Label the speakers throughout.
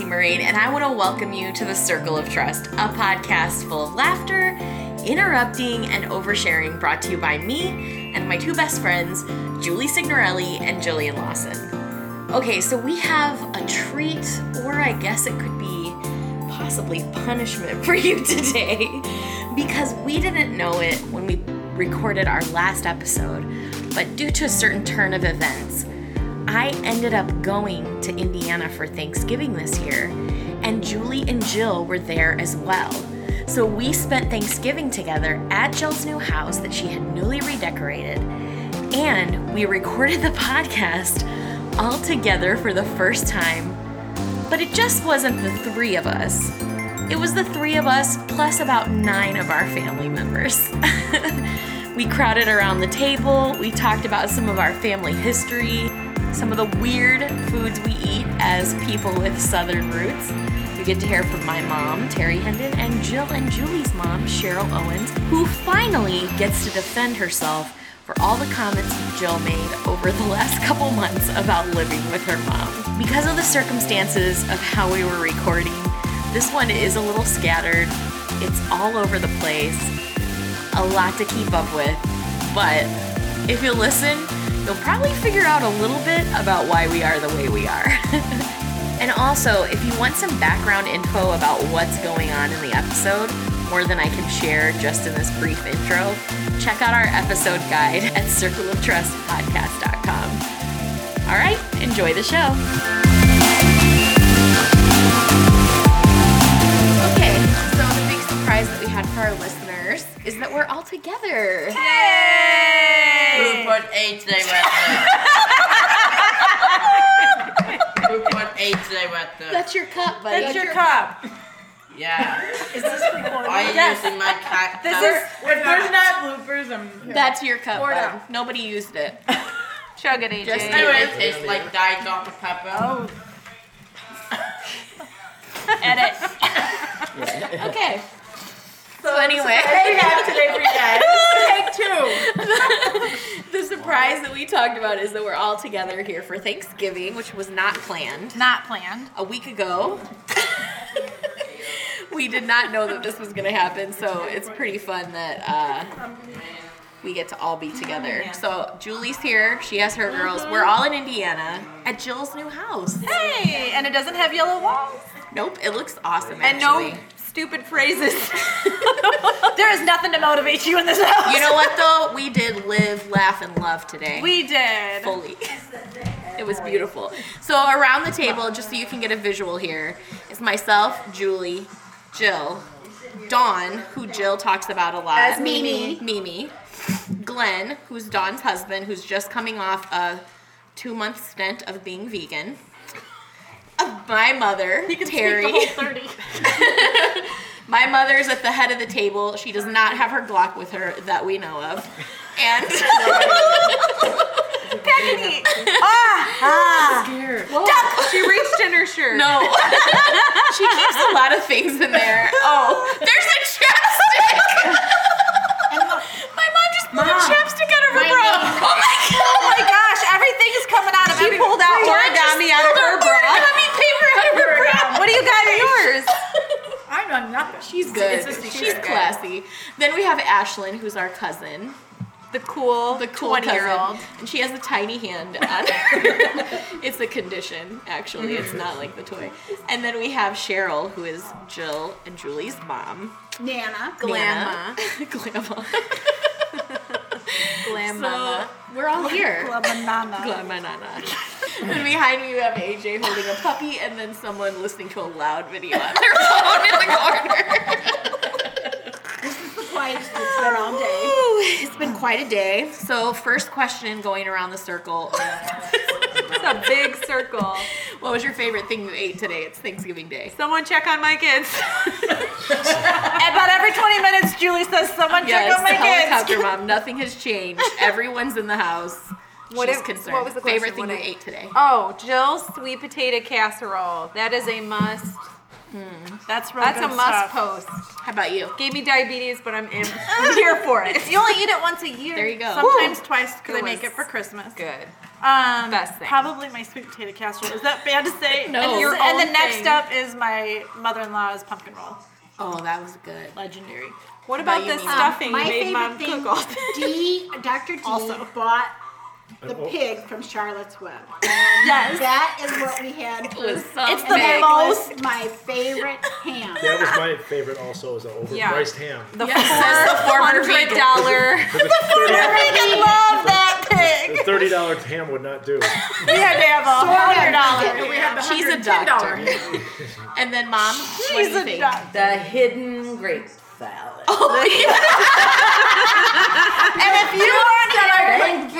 Speaker 1: Lorraine, and I want to welcome you to the Circle of Trust, a podcast full of laughter, interrupting, and oversharing brought to you by me and my two best friends, Julie Signorelli and Jillian Lawson. Okay, so we have a treat, or I guess it could be possibly punishment for you today, because we didn't know it when we recorded our last episode, but due to a certain turn of events, I ended up going to Indiana for Thanksgiving this year, and Julie and Jill were there as well. So we spent Thanksgiving together at Jill's new house that she had newly redecorated, and we recorded the podcast all together for the first time. But it just wasn't the three of us. It was the three of us plus about nine of our family members. we crowded around the table, we talked about some of our family history, some of the weird foods we eat as people with southern roots. You get to hear from my mom, Terry Hendon, and Jill and Julie's mom, Cheryl Owens, who finally gets to defend herself for all the comments Jill made over the last couple months about living with her mom. Because of the circumstances of how we were recording, this one is a little scattered. It's all over the place a lot to keep up with, but if you listen, you'll probably figure out a little bit about why we are the way we are. and also, if you want some background info about what's going on in the episode, more than I can share just in this brief intro, check out our episode guide at circleoftrustpodcast.com. All right, enjoy the show. Okay, so the big surprise that we had for our listeners is that we're all together.
Speaker 2: Two point eight today went there. Two point eight today went there.
Speaker 1: That's your cup, buddy.
Speaker 3: That's your cup.
Speaker 2: Yeah.
Speaker 3: Is this recorded?
Speaker 2: Why are you
Speaker 3: Yes.
Speaker 2: using my cat?
Speaker 3: This
Speaker 2: cup?
Speaker 3: is. If there's not bloopers, I'm.
Speaker 1: That's your cup.
Speaker 3: Pour it
Speaker 1: bud.
Speaker 3: out.
Speaker 1: Nobody used it.
Speaker 4: Chug it, AJ.
Speaker 1: Just-
Speaker 2: Anyway, it tastes like dyed Dr Pepper.
Speaker 3: Oh,
Speaker 4: edit.
Speaker 1: Okay.
Speaker 3: so
Speaker 1: anyway.
Speaker 3: Hey, have today for you guys. Take two.
Speaker 1: The surprise that we talked about is that we're all together here for Thanksgiving, which was not planned.
Speaker 4: Not planned.
Speaker 1: A week ago, we did not know that this was going to happen, so it's pretty fun that uh, we get to all be together. So Julie's here. She has her girls. We're all in Indiana at Jill's new house.
Speaker 4: Hey, and it doesn't have yellow walls.
Speaker 1: Nope, it looks awesome.
Speaker 4: And
Speaker 1: actually.
Speaker 4: no stupid phrases. there is nothing to motivate you in this house.
Speaker 1: You know what though? We did live, laugh, and love today.
Speaker 4: We did.
Speaker 1: fully. It was beautiful. So around the table, just so you can get a visual here, is myself, Julie, Jill, Dawn, who Jill talks about a lot.
Speaker 3: As Mimi.
Speaker 1: Mimi. Glenn, who's Dawn's husband, who's just coming off a two-month stint of being vegan. Of My mother,
Speaker 4: You can speak
Speaker 1: Terry.
Speaker 4: the whole 30.
Speaker 1: My mother's at the head of the table. She does not have her Glock with her that we know of. And
Speaker 4: Peggy!
Speaker 3: Here.
Speaker 4: She reached in her shirt.
Speaker 1: no, she keeps a lot of things in there. Oh, there's a chapstick. my mom just pulled a chapstick out of her bra. Oh my god!
Speaker 4: Oh my gosh, everything is coming out of She pulled out origami out of her bra.
Speaker 1: Origami paper out of her bra.
Speaker 4: What do you got in yours?
Speaker 3: I know nothing.
Speaker 1: She's good.
Speaker 3: It's a secret.
Speaker 1: She's classy. Then we have Ashlyn, who's our cousin.
Speaker 4: The cool,
Speaker 1: the cool
Speaker 4: 20
Speaker 1: cousin,
Speaker 4: year old.
Speaker 1: and she has a tiny hand on her. it's a condition, actually. It's not like the toy. And then we have Cheryl, who is Jill and Julie's mom.
Speaker 3: Nana.
Speaker 1: Nana. Glamma.
Speaker 4: Glam
Speaker 1: So we're all here.
Speaker 3: Mama.
Speaker 1: Glamma Nana. And behind me, we have AJ holding a puppy, and then someone listening to a loud video on their phone in the corner.
Speaker 3: Quietest it's been all day.
Speaker 1: Ooh, it's been quite a day. So, first question going around the circle.
Speaker 4: It's a big circle.
Speaker 1: What was your favorite thing you ate today? It's Thanksgiving Day.
Speaker 4: Someone check on my kids. About every 20 minutes, Julie says, Someone check
Speaker 1: Yes,
Speaker 4: on
Speaker 1: the
Speaker 4: my
Speaker 1: helicopter
Speaker 4: kids.
Speaker 1: mom. Nothing has changed. Everyone's in the house.
Speaker 4: What
Speaker 1: She's
Speaker 4: if-
Speaker 1: concerned.
Speaker 4: what was the
Speaker 1: favorite thing
Speaker 4: question?
Speaker 1: you
Speaker 4: What I-
Speaker 1: ate today?
Speaker 4: Oh, Jill's sweet potato casserole. That is a must. Hmm.
Speaker 3: That's real
Speaker 4: That's a
Speaker 3: good
Speaker 4: must
Speaker 3: stuff.
Speaker 4: post.
Speaker 1: How about you?
Speaker 4: Gave me diabetes, but I'm in. I'm here for it.
Speaker 3: You only eat it once a year.
Speaker 1: There you go.
Speaker 3: Sometimes twice because
Speaker 4: It
Speaker 3: I make
Speaker 4: was
Speaker 3: it for Christmas.
Speaker 4: Good. Um,
Speaker 3: Best thing.
Speaker 4: Probably my sweet potato casserole. Is that bad to say?
Speaker 3: No.
Speaker 4: And,
Speaker 3: Your
Speaker 4: and the
Speaker 3: own
Speaker 4: next
Speaker 3: thing.
Speaker 4: up is my mother-in-law's pumpkin roll.
Speaker 1: Oh, that was good.
Speaker 4: Legendary. What
Speaker 1: about
Speaker 4: about
Speaker 1: you,
Speaker 4: the
Speaker 1: Mimi?
Speaker 4: stuffing you
Speaker 5: Um, My
Speaker 4: made mom
Speaker 5: favorite
Speaker 4: cook all
Speaker 5: thing, D, Dr. D
Speaker 4: Also.
Speaker 5: bought the
Speaker 6: Oh.
Speaker 5: pig from Charlotte's Web.
Speaker 4: Yes.
Speaker 5: That is what we had. for-
Speaker 1: was so
Speaker 4: It's the
Speaker 5: and that
Speaker 4: most-
Speaker 5: was my favorite ham.
Speaker 6: That was my favorite also, is the overpriced ham.
Speaker 3: The
Speaker 1: four hundred dollar.
Speaker 6: Because the
Speaker 3: freaking love that pig.
Speaker 6: $30 the $30 ham would not do.
Speaker 4: We had to have a hundred dollars.
Speaker 5: We
Speaker 1: Yeah, she's a doctor. and then mom, what do
Speaker 4: She's
Speaker 1: you
Speaker 4: a
Speaker 1: think?
Speaker 4: doctor.
Speaker 7: The hidden grape salad.
Speaker 4: And if you weren't at our, if you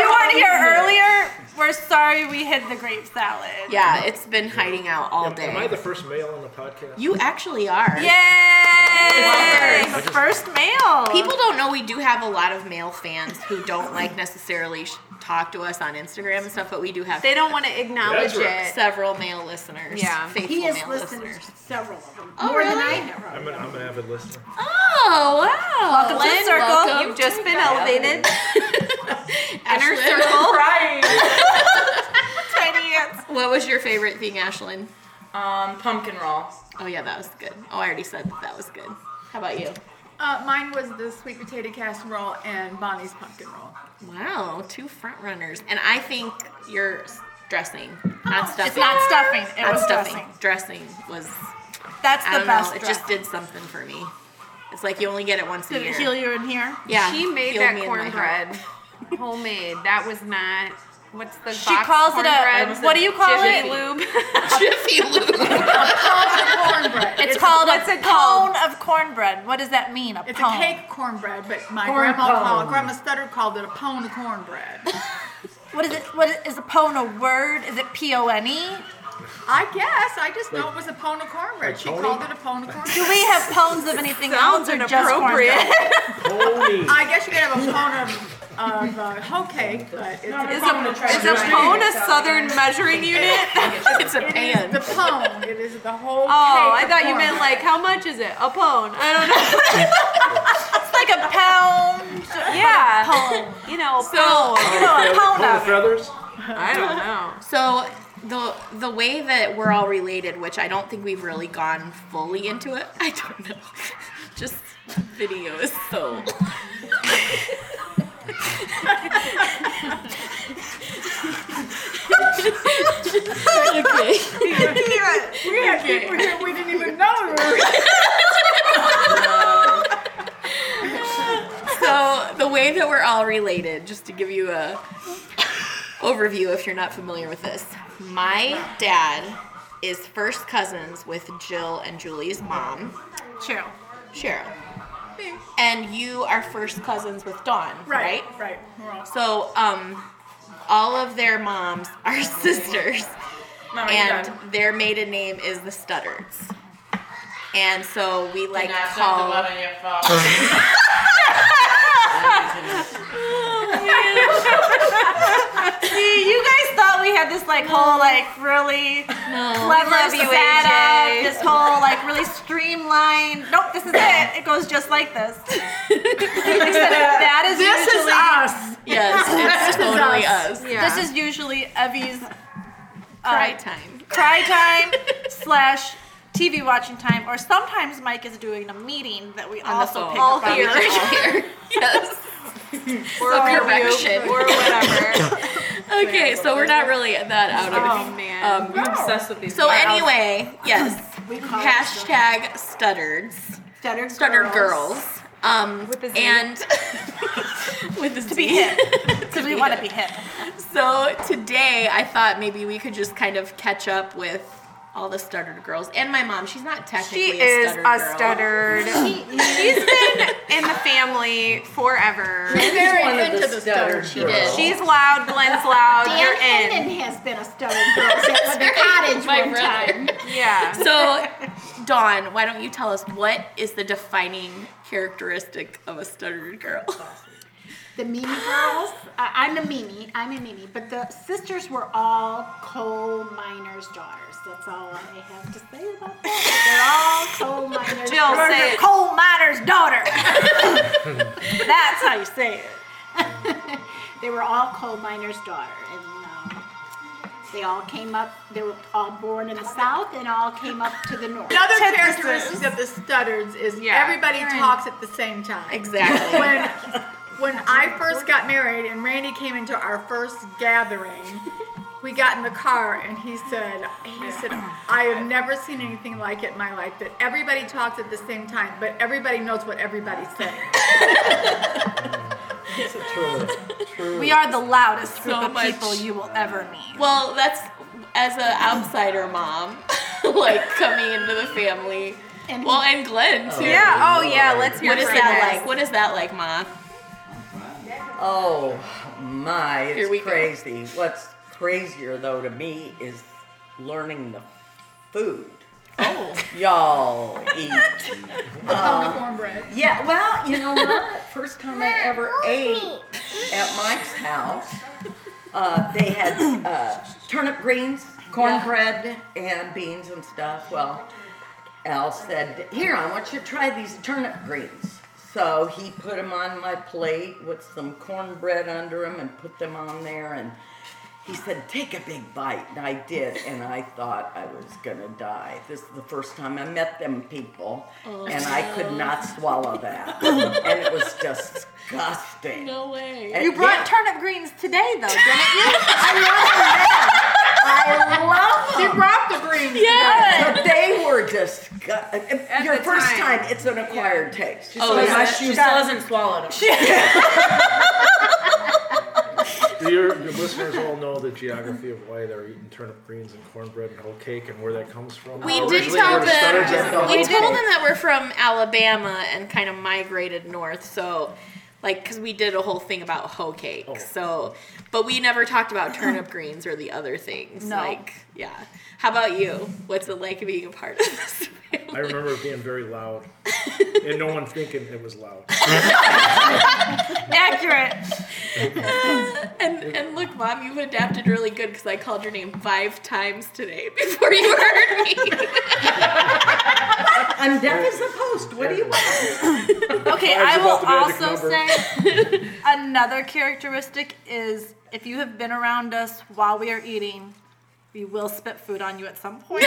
Speaker 4: weren't here earlier, we're sorry we hid the grape salad.
Speaker 1: yeah, it's been hiding out all
Speaker 6: Am I
Speaker 1: day.
Speaker 6: the first male on the podcast?
Speaker 1: You actually are.
Speaker 4: Yay!
Speaker 1: It's
Speaker 4: The first male.
Speaker 1: People don't know we do have a lot of male fans who don't like necessarily sh- talk to us on Instagram and stuff, but we do have
Speaker 4: they don't want to acknowledge
Speaker 6: That's right.
Speaker 4: it.
Speaker 1: several male listeners.
Speaker 3: Yeah.
Speaker 1: faithful
Speaker 5: He has
Speaker 1: male
Speaker 5: listened
Speaker 1: listeners.
Speaker 5: to several of them.
Speaker 1: Oh,
Speaker 5: more than I
Speaker 1: really?
Speaker 5: have.
Speaker 6: I'm an, I'm an avid listener.
Speaker 1: Oh wow!
Speaker 4: Welcome to the circle.
Speaker 1: welcome.
Speaker 4: You've just been elevated.
Speaker 1: Inner
Speaker 4: Ashlyn.
Speaker 1: circle.
Speaker 7: Right.
Speaker 4: Tiny ants.
Speaker 1: What was your favorite thing, Ashlyn?
Speaker 7: Um, pumpkin roll.
Speaker 1: Oh yeah, that was good. Oh, I already said that, that was good. How about you?
Speaker 8: Uh, mine was the sweet potato casserole and Bonnie's pumpkin roll.
Speaker 1: Wow, two front runners, and I think your s- dressing, not stuffing,
Speaker 4: It's not stuffing. It
Speaker 1: not
Speaker 4: was
Speaker 1: stuffing.
Speaker 4: stuffing.
Speaker 1: Dressing was
Speaker 4: That's
Speaker 1: I
Speaker 4: the
Speaker 1: don't
Speaker 4: best.
Speaker 1: know. It just did something for me. It's like you only get it once a
Speaker 4: Did
Speaker 1: year.
Speaker 4: it heal you in here?
Speaker 1: Yeah,
Speaker 8: She made
Speaker 1: healed me
Speaker 8: that
Speaker 1: in my heart.
Speaker 8: cornbread homemade. That was not. What's the
Speaker 4: She calls it a. What do you call it?
Speaker 8: Lube.
Speaker 1: Jiffy Lube.
Speaker 8: cornbread.
Speaker 4: It's called a cone of cornbread. What does that mean? A
Speaker 8: It's
Speaker 4: pone.
Speaker 8: a cake cornbread, but my grandma called, Grandma Stutter called it a pone of cornbread.
Speaker 4: What is it? What is, is a pone a word? Is it P O N E?
Speaker 8: I guess. I just know it was a pone of cornbread.
Speaker 6: like
Speaker 8: she
Speaker 6: pony?
Speaker 8: called it a pone of
Speaker 4: Do
Speaker 8: cornbread.
Speaker 4: we have pones of anything else or just cornbread?
Speaker 6: Pony!
Speaker 8: I guess you could have a pone of, of uh, hoe cake, but it's a
Speaker 4: Is
Speaker 8: pone
Speaker 4: a,
Speaker 8: of
Speaker 4: is a pone a southern measuring unit?
Speaker 1: it's a
Speaker 8: It is
Speaker 1: pan.
Speaker 8: the pone. It is the whole.
Speaker 4: Oh,
Speaker 8: cake
Speaker 4: I
Speaker 8: of
Speaker 4: thought you
Speaker 8: corn.
Speaker 4: meant like how much is it? A pone? I don't know. it's like a pound. Yeah. You know, a pound. You know, a pound
Speaker 6: Pony
Speaker 4: of it.
Speaker 6: feathers?
Speaker 4: I don't know.
Speaker 1: So the the way that we're all related, which I don't think we've really gone fully into it. I don't know. Just video is so. okay.
Speaker 8: We had people here we didn't even know. we were here.
Speaker 1: So the way that we're all related, just to give you a overview if you're not familiar with this. My dad is first cousins with Jill and Julie's mom,
Speaker 4: True.
Speaker 1: Cheryl. And you are first cousins with Dawn, right?
Speaker 8: Right, right. We're all-
Speaker 1: So um all of their moms are sisters
Speaker 7: Mama, you
Speaker 1: and
Speaker 7: done?
Speaker 1: their maiden name is the Studdards. And so we like
Speaker 7: Now set the
Speaker 1: call
Speaker 7: blood on your phone.
Speaker 4: See, you guys thought we had this like whole like really clever
Speaker 3: Love you,
Speaker 4: setup,
Speaker 3: AJ.
Speaker 4: this whole like really streamlined. Nope, this is it. It goes just like this. Except that is
Speaker 8: This is
Speaker 4: usually
Speaker 8: us.
Speaker 1: Yes, it's totally us.
Speaker 3: Yeah.
Speaker 4: this is usually Evie's uh,
Speaker 1: Cry time.
Speaker 4: cry time slash TV watching time, or sometimes Mike is doing a meeting that we
Speaker 1: the
Speaker 4: also
Speaker 1: phone.
Speaker 4: pick
Speaker 1: All
Speaker 4: up on.
Speaker 1: here. yes. so correction.
Speaker 3: or whatever.
Speaker 1: Okay, so we're not really that out of.
Speaker 3: oh man.
Speaker 1: Um, so anyway, yes.
Speaker 5: We call it
Speaker 1: Hashtag stuttereds.
Speaker 5: stuttered,
Speaker 1: Stuttered girls. Um,
Speaker 3: With a Z.
Speaker 1: and with a Z.
Speaker 4: to be hip because we want to be hip.
Speaker 1: So today I thought maybe we could just kind of catch up with all the stuttered girls and my mom. She's not technically
Speaker 3: She
Speaker 1: a
Speaker 3: is
Speaker 1: stuttered
Speaker 3: a
Speaker 1: girl.
Speaker 3: stuttered. She's been in the family forever.
Speaker 5: Very into the
Speaker 1: She did.
Speaker 3: She's loud, Glenn's loud,
Speaker 5: Dan
Speaker 3: you're in.
Speaker 5: Hendon has been a stuttered girl since the cottage
Speaker 1: My
Speaker 5: one
Speaker 1: brother.
Speaker 5: time.
Speaker 3: Yeah.
Speaker 1: So, Dawn, why don't you tell us what is the defining characteristic of a stuttered girl?
Speaker 5: The Mimi girls. Uh, I'm a Mimi. I'm a Mimi. But the sisters were all coal miners' daughters. That's all I have to say about that. They're all coal miners'
Speaker 3: Jill,
Speaker 5: daughters.
Speaker 3: say it.
Speaker 4: Coal miner's daughter. That's how you say it.
Speaker 5: They were all coal miners' daughter, and um, they all came up. They were all born in the south, and all came up to the north.
Speaker 8: Another
Speaker 4: Antithesis.
Speaker 8: characteristic of the Studders is
Speaker 3: Yeah.
Speaker 8: everybody talks at the same time.
Speaker 1: Exactly.
Speaker 8: When when I first got married and Randy came into our first gathering, we got in the car and he said he said I have never seen anything like it in my life that everybody talks at the same time, but everybody knows what everybody's saying.
Speaker 6: It's a true. True.
Speaker 4: We are the loudest group
Speaker 3: So
Speaker 4: of
Speaker 3: much.
Speaker 4: people you will ever meet.
Speaker 1: Well, that's as an outsider mom, like coming into the family. well, and Glenn too.
Speaker 3: Yeah. Oh yeah. Let's hear
Speaker 1: What is
Speaker 3: from
Speaker 1: that
Speaker 3: this.
Speaker 1: like? What is that like, Ma?
Speaker 9: Oh my, it's
Speaker 1: Here we go.
Speaker 9: crazy. What's crazier though to me is learning the food. Oh. Y'all eat. Uh,
Speaker 8: cornbread.
Speaker 9: Yeah, well, you know what? First time I ever ate at Mike's house, uh, they had uh, turnip greens, cornbread, and beans and stuff. Well, Al said, Here, I want you to try these turnip greens. So he put them on my plate with some cornbread under them and put them on there. And he said, Take a big bite. And I did. And I thought I was going to die. This is the first time I met them people. And I could not swallow that. and it was just disgusting. No way.
Speaker 4: You brought turnip greens today, though, didn't you?
Speaker 9: I love them.
Speaker 8: Drop the green.
Speaker 9: But they were disgusting. Your
Speaker 3: the
Speaker 9: first
Speaker 3: time.
Speaker 9: time, it's an acquired taste.
Speaker 1: Oh, is that-
Speaker 2: She still hasn't swallowed it.
Speaker 6: Your, your listeners all know the geography of why they're eating turnip greens and cornbread and whole cake and where that comes from.
Speaker 1: We
Speaker 6: Originally,
Speaker 1: did
Speaker 6: they were
Speaker 1: tell
Speaker 6: Stutters that
Speaker 1: them.
Speaker 6: fell
Speaker 1: We
Speaker 6: over.
Speaker 1: told them that we're from Alabama and kind of migrated north. So, like, because we did a whole thing about hoe cake.
Speaker 6: Oh.
Speaker 1: So, but we never talked about turnip greens or the other things.
Speaker 4: No.
Speaker 1: Like, yeah. How about you? What's it like being a part of this? family?
Speaker 6: I remember it being very loud, and no one thinking it was loud.
Speaker 4: Accurate.
Speaker 1: And and look, mom, you've adapted really good because I called your name five times today before you heard me.
Speaker 9: I'm deaf as a post. What do you want?
Speaker 4: Okay,
Speaker 6: Five's
Speaker 4: I will
Speaker 6: about the magic
Speaker 4: also say another characteristic is if you have been around us while we are eating, we will spit food on you at some point.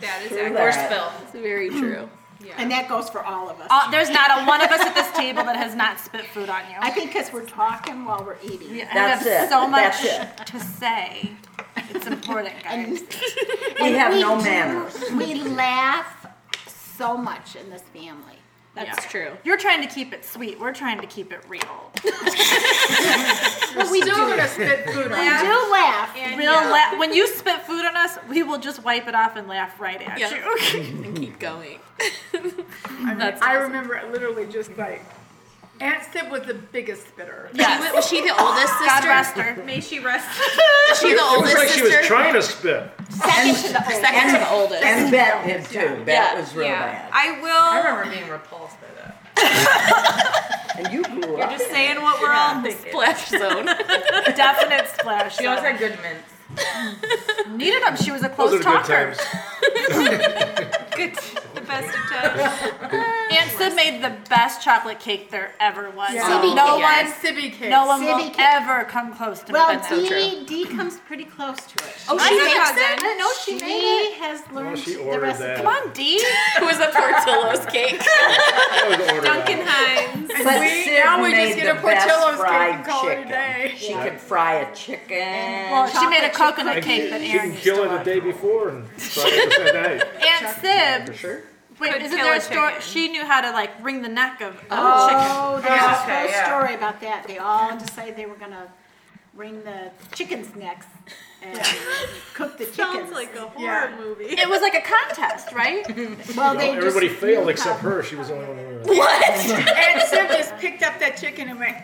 Speaker 3: That is
Speaker 9: True
Speaker 3: accurate.
Speaker 2: Or
Speaker 9: that.
Speaker 2: spill.
Speaker 1: it's very true.
Speaker 5: And that goes for all of us.
Speaker 3: Oh.
Speaker 4: Uh, there's not a one of us at this table that has not spit food on you.
Speaker 5: I think because we're talking while we're eating.
Speaker 4: I
Speaker 9: That's
Speaker 4: have
Speaker 9: it.
Speaker 4: so much
Speaker 9: That's it.
Speaker 4: to say. It's important, guys.
Speaker 9: We have
Speaker 5: We
Speaker 9: no
Speaker 5: do-
Speaker 9: manners.
Speaker 5: We laugh so much in this family.
Speaker 1: That's true.
Speaker 4: You're trying to keep it sweet. We're trying to keep it real.
Speaker 5: But we do,
Speaker 8: Still gonna spit food on
Speaker 5: we
Speaker 8: you.
Speaker 5: do laugh.
Speaker 4: Real la- when you spit food on us, we will just wipe it off and laugh right at
Speaker 1: Yeah.
Speaker 4: you.
Speaker 1: And keep going. That's
Speaker 8: I remember it literally just like Aunt Sib was the biggest spitter.
Speaker 1: Yes. Was she the oldest sister?
Speaker 4: God rest her.
Speaker 3: May she rest.
Speaker 1: Was she the
Speaker 6: It was
Speaker 1: oldest
Speaker 6: like she
Speaker 1: Oh, sister?
Speaker 6: was trying to spit.
Speaker 5: Second to the old.
Speaker 1: Second to the oldest.
Speaker 9: And Bet did too. Bet
Speaker 1: Yeah,
Speaker 9: was real
Speaker 3: yeah.
Speaker 9: bad.
Speaker 3: I will.
Speaker 2: I remember being repulsed by that.
Speaker 9: And you grew
Speaker 3: You're
Speaker 9: up.
Speaker 3: just saying what we're all thinking.
Speaker 1: Splash zone.
Speaker 4: Definite splash.
Speaker 2: She always had good mints.
Speaker 4: needed them. She was a
Speaker 6: Those are
Speaker 4: close
Speaker 6: the good
Speaker 4: talker.
Speaker 6: times.
Speaker 3: Good. The best of times.
Speaker 4: Aunt Sid made the best chocolate cake there ever was.
Speaker 8: Yeah.
Speaker 4: So
Speaker 5: Sibby
Speaker 4: no
Speaker 5: cake.
Speaker 4: one,
Speaker 8: Sibby cake.
Speaker 4: no one
Speaker 5: Sibby
Speaker 4: will
Speaker 5: cake.
Speaker 4: ever come close to
Speaker 5: Well,
Speaker 4: making
Speaker 1: so
Speaker 4: that.
Speaker 5: D, D comes pretty close to it.
Speaker 1: Oh,
Speaker 3: I
Speaker 1: she
Speaker 3: have a
Speaker 1: makes it.
Speaker 3: cousin.
Speaker 4: No, Oh, she
Speaker 5: she
Speaker 4: made it.
Speaker 5: has learned
Speaker 6: Well, she
Speaker 5: the
Speaker 6: ordered
Speaker 5: recipe.
Speaker 6: that.
Speaker 4: Come on, Dee.
Speaker 1: It was a Portillo's cake.
Speaker 6: That was ordered out.
Speaker 3: Duncan Hines.
Speaker 9: But
Speaker 8: We-
Speaker 9: Sid
Speaker 8: now we just
Speaker 9: made
Speaker 8: get a
Speaker 9: the best
Speaker 8: Portillo's cake
Speaker 9: fried
Speaker 8: and call it a
Speaker 9: chicken.
Speaker 8: day.
Speaker 9: She could fry a chicken.
Speaker 4: Well, she made a
Speaker 5: chocolate
Speaker 4: coconut
Speaker 6: And
Speaker 4: cake that
Speaker 6: she, she
Speaker 4: Aaron
Speaker 6: can
Speaker 4: used to
Speaker 6: kill it the
Speaker 4: love.
Speaker 6: day before and fry it the same night.
Speaker 4: Aunt Sib,
Speaker 9: for sure.
Speaker 4: wait,
Speaker 3: Could
Speaker 4: isn't
Speaker 3: kill
Speaker 4: there
Speaker 3: a
Speaker 4: a story?
Speaker 3: chicken.
Speaker 4: She knew how to like wring the neck of a chicken.
Speaker 5: Oh, there's a
Speaker 2: Yeah, okay,
Speaker 5: whole
Speaker 2: yeah.
Speaker 5: story about that. They all decided they were gonna wring the chickens' necks and cook the chickens.
Speaker 3: Sounds like a horror
Speaker 8: Yeah.
Speaker 3: movie.
Speaker 4: It was like a contest, right?
Speaker 5: well,
Speaker 6: Well,
Speaker 5: they just
Speaker 6: everybody failed
Speaker 5: knew
Speaker 6: except
Speaker 5: how-
Speaker 6: her. She was the only one who knew.
Speaker 8: Aunt Sib just picked up that chicken and went,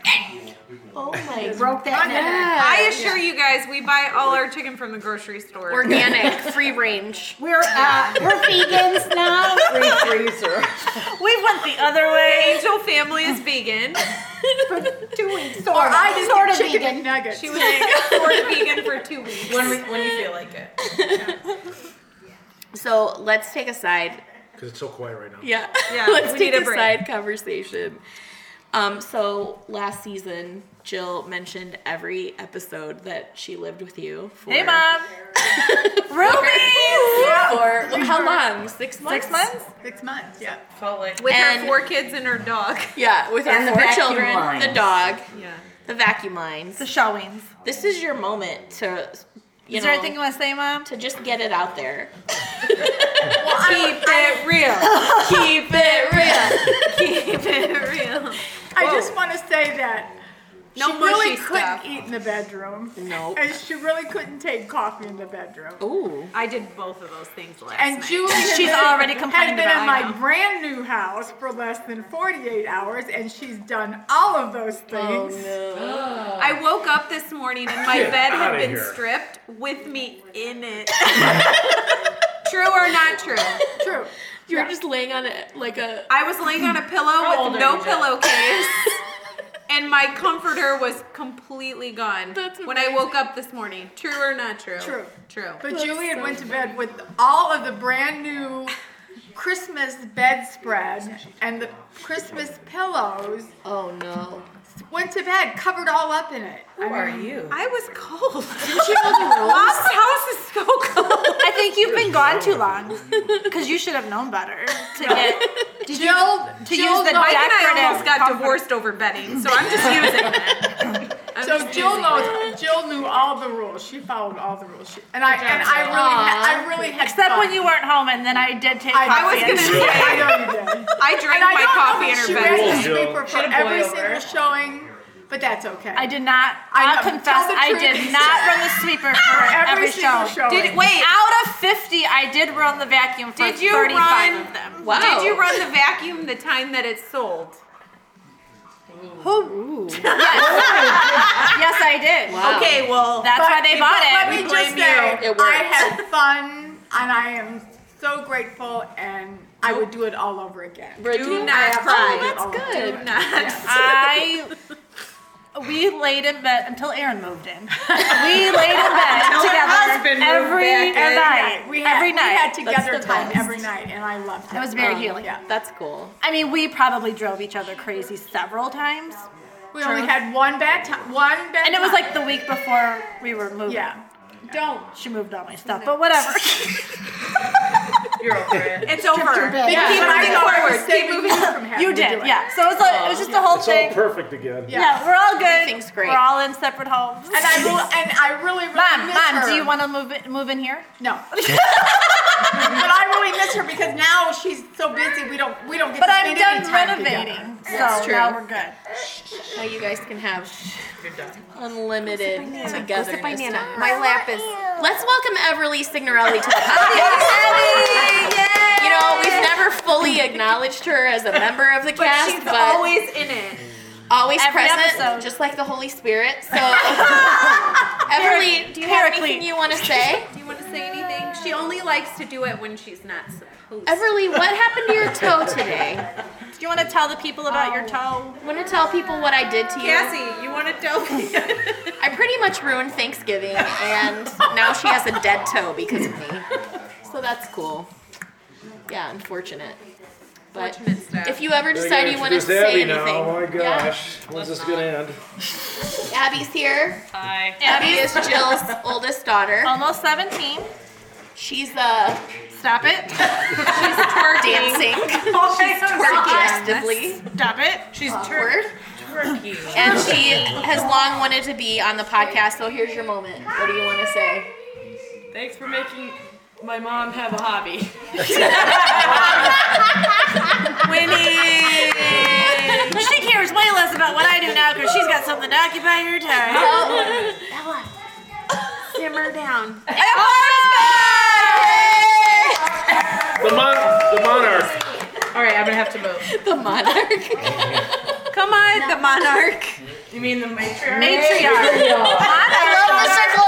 Speaker 5: Oh my! Broke that neck.
Speaker 3: I assure you guys, we buy all our chicken from the grocery store.
Speaker 1: Organic, free range.
Speaker 5: We're uh, we're vegans now.
Speaker 9: Free freezer.
Speaker 4: We went the other way.
Speaker 3: Angel family is vegan.
Speaker 5: Sort of,
Speaker 8: I just sort
Speaker 5: sort of
Speaker 8: chicken
Speaker 5: vegan.
Speaker 8: nuggets.
Speaker 3: She was like vegan for two weeks.
Speaker 2: When, we, when you feel like it.
Speaker 1: So let's take a side
Speaker 6: Because it's so quiet right now.
Speaker 1: Yeah.
Speaker 3: Yeah,
Speaker 1: Let's
Speaker 3: we
Speaker 1: take
Speaker 3: need a
Speaker 1: a
Speaker 3: break.
Speaker 1: side conversation. Um, so last season, Jill mentioned every episode that she lived with you for.
Speaker 3: Hey, mom. Ruby.
Speaker 1: For well, how long? Six months.
Speaker 3: Six months.
Speaker 8: Six months, yeah.
Speaker 2: Felt like
Speaker 3: With
Speaker 1: And-
Speaker 3: her four kids and her dog.
Speaker 1: Yeah, with
Speaker 9: And
Speaker 1: our
Speaker 9: the
Speaker 1: four
Speaker 9: vacuum
Speaker 1: children, the
Speaker 9: lines.
Speaker 1: dog,
Speaker 3: Yeah.
Speaker 1: the vacuum lines.
Speaker 4: The showings.
Speaker 1: This is your moment to, you
Speaker 4: Is
Speaker 1: know,
Speaker 4: there anything you want to say, Mom?
Speaker 1: to just get it out there.
Speaker 3: Keep it real. Keep it real. Keep it real.
Speaker 8: I just want to say that
Speaker 3: No
Speaker 8: she really
Speaker 3: mushy
Speaker 8: couldn't
Speaker 3: stuff.
Speaker 8: eat in the bedroom.
Speaker 1: Nope.
Speaker 8: And she really couldn't take coffee in the bedroom.
Speaker 1: Ooh.
Speaker 3: I did both of those things last
Speaker 8: And
Speaker 3: night.
Speaker 8: Julie has
Speaker 4: She's
Speaker 8: been-
Speaker 4: already
Speaker 8: has
Speaker 4: complained
Speaker 8: been
Speaker 4: about,
Speaker 8: in
Speaker 4: I
Speaker 8: my
Speaker 4: know.
Speaker 8: brand new house for less than 48 hours, and she's done all of those
Speaker 4: Oh,
Speaker 8: things.
Speaker 3: I woke up this morning and my
Speaker 6: Get
Speaker 3: bed had
Speaker 6: outta
Speaker 3: been
Speaker 6: here.
Speaker 3: stripped with me in it. true or not true?
Speaker 8: True.
Speaker 1: You were just laying on it like a.
Speaker 3: I was laying on a pillow with no pillowcase. And my comforter was completely gone
Speaker 1: That's
Speaker 3: when I woke up this morning. True or not true?
Speaker 8: True.
Speaker 3: True.
Speaker 8: But Julie had went to bed with all of the brand new Christmas bedspread and the Christmas pillows.
Speaker 1: Oh no.
Speaker 8: Went to bed covered all up in it.
Speaker 2: who are you?
Speaker 3: I was cold. Mom's house is so cold.
Speaker 4: I think you've been gone too long because you should have known better to get
Speaker 8: Did Jill,
Speaker 4: to
Speaker 8: Jill
Speaker 4: use the
Speaker 8: knows-
Speaker 3: Mike and I
Speaker 4: decorative
Speaker 3: almost got
Speaker 4: comfort.
Speaker 3: divorced over bedding, so I'm just using it. I'm
Speaker 8: So
Speaker 3: just
Speaker 8: Jill
Speaker 3: using it.
Speaker 8: knows. Jill knew all the rules. She followed all the rules. She, and I and I really, ha- I really had
Speaker 4: Except
Speaker 8: fun.
Speaker 4: when you weren't home, and then I did take
Speaker 8: Oh. I- I
Speaker 4: coffee.
Speaker 3: was
Speaker 4: and-
Speaker 3: gonna-
Speaker 8: I know you did.
Speaker 3: I drank
Speaker 8: And I
Speaker 3: my
Speaker 8: don't know
Speaker 3: coffee in
Speaker 8: that
Speaker 3: her
Speaker 8: she
Speaker 3: bed.
Speaker 8: read the
Speaker 6: Jill.
Speaker 8: paper for
Speaker 2: Should've
Speaker 8: every
Speaker 2: boiled her.
Speaker 8: single showing, but that's okay.
Speaker 4: I did not. I
Speaker 8: know.
Speaker 4: will confess,
Speaker 8: Tell the
Speaker 4: I
Speaker 8: truth.
Speaker 4: did not run the sweeper for every,
Speaker 8: single
Speaker 4: show.
Speaker 8: showing.
Speaker 3: Did wait?
Speaker 4: Out of fifty, I did run the vacuum for
Speaker 3: Did you
Speaker 4: 35
Speaker 3: run?
Speaker 4: of them.
Speaker 1: Wow.
Speaker 3: Did you run the vacuum the time that it sold?
Speaker 4: Yes, I did.
Speaker 1: Wow.
Speaker 3: Okay, well
Speaker 4: That's why they bought
Speaker 8: but
Speaker 4: it.
Speaker 8: Let me
Speaker 4: We
Speaker 8: just
Speaker 4: blame
Speaker 8: say,
Speaker 1: It
Speaker 8: I
Speaker 1: worked.
Speaker 8: had fun, and I am so grateful, and I would do it all over again. Oh,
Speaker 1: Bridget,
Speaker 3: do
Speaker 8: I
Speaker 3: not
Speaker 8: have
Speaker 3: cry.
Speaker 8: all the-
Speaker 1: good.
Speaker 3: Do not.
Speaker 4: I we laid in bed until Aaron moved in. We laid in bed together
Speaker 2: husband moved
Speaker 4: every
Speaker 2: back in.
Speaker 4: night.
Speaker 8: We had,
Speaker 4: every
Speaker 8: we had
Speaker 4: night.
Speaker 8: together
Speaker 1: the
Speaker 8: time
Speaker 1: best.
Speaker 8: every night, and I loved it.
Speaker 4: It was very healing.
Speaker 8: Yeah.
Speaker 1: That's cool.
Speaker 4: I mean, we probably drove each other crazy several times,
Speaker 8: We only had one bad time. One bad.
Speaker 4: and it was
Speaker 8: time.
Speaker 4: like the week before we were moving.
Speaker 8: yeah. Don't
Speaker 4: She moved all my stuff, but whatever.
Speaker 2: You're over it.
Speaker 3: It's over.
Speaker 5: bed.
Speaker 8: But
Speaker 3: Keep
Speaker 8: I
Speaker 3: moving
Speaker 8: know I was
Speaker 3: forward. Keep
Speaker 8: saving
Speaker 3: moving.
Speaker 8: you from having
Speaker 4: you
Speaker 8: to
Speaker 4: did,
Speaker 8: do it.
Speaker 4: yeah. So it was like it was just the whole
Speaker 6: It's all
Speaker 4: thing.
Speaker 6: perfect again.
Speaker 8: Yeah.
Speaker 4: yeah, we're all
Speaker 1: Everything's
Speaker 4: good.
Speaker 1: great.
Speaker 4: We're all in separate homes.
Speaker 8: And I really, and I really, really
Speaker 4: Mom,
Speaker 8: miss
Speaker 4: mom,
Speaker 8: her.
Speaker 4: do you want to move in, move in here?
Speaker 8: No. but I really miss her because now she's so busy. We don't, we don't get.
Speaker 4: But
Speaker 8: to
Speaker 4: I'm
Speaker 8: spend
Speaker 4: done
Speaker 8: any time together.
Speaker 4: renovating, so
Speaker 1: That's true.
Speaker 4: now we're good.
Speaker 1: Now you guys can have
Speaker 2: You're done.
Speaker 1: unlimited together.
Speaker 3: My lap is.
Speaker 1: Let's welcome Everly Signorelli to the podcast. you know, we've never fully acknowledged her as a member of the
Speaker 3: But
Speaker 1: cast,
Speaker 3: she's
Speaker 1: but always,
Speaker 3: always in it.
Speaker 4: every
Speaker 1: present,
Speaker 4: episode.
Speaker 1: just like the Holy Spirit. So, Everly, do you have anything
Speaker 4: Paraclete.
Speaker 1: you want to say?
Speaker 3: Do you want to say anything? She only likes to do it when she's not supposed. to.
Speaker 1: Everly, what happened to your toe today?
Speaker 4: Do you want to tell the people about your toe?
Speaker 1: Want to tell people what I did to you?
Speaker 3: Cassie, you want to tell me?
Speaker 1: I pretty much ruined Thanksgiving, and now she has a dead toe because of me. So that's cool. Yeah, unfortunate. But
Speaker 3: Fortunate stuff.
Speaker 1: if you ever
Speaker 6: They're
Speaker 1: decide
Speaker 6: gonna
Speaker 1: you want to
Speaker 6: introduce
Speaker 1: say
Speaker 6: Abby now.
Speaker 1: anything,
Speaker 6: Oh my gosh, when's this gonna end?
Speaker 1: Yeah. Abby's here.
Speaker 2: Hi.
Speaker 1: Abby is Jill's oldest daughter.
Speaker 4: Almost 17.
Speaker 1: She's uh
Speaker 4: Stop it.
Speaker 1: dancing twerking actively.
Speaker 4: Stop it.
Speaker 2: She's tur-
Speaker 1: Awkward.
Speaker 2: turkey.
Speaker 1: And she has long wanted to be on the podcast, so here's your moment. What do you want to say?
Speaker 2: Thanks for making my mom have a hobby.
Speaker 4: She cares way less about what I do now because she's got something to occupy her time.
Speaker 3: Simmer down.
Speaker 6: The, mon- the monarch.
Speaker 2: All right, I'm gonna have to move.
Speaker 1: The monarch.
Speaker 3: Come on, the monarch.
Speaker 2: You mean the matriarch?
Speaker 4: Matriarch.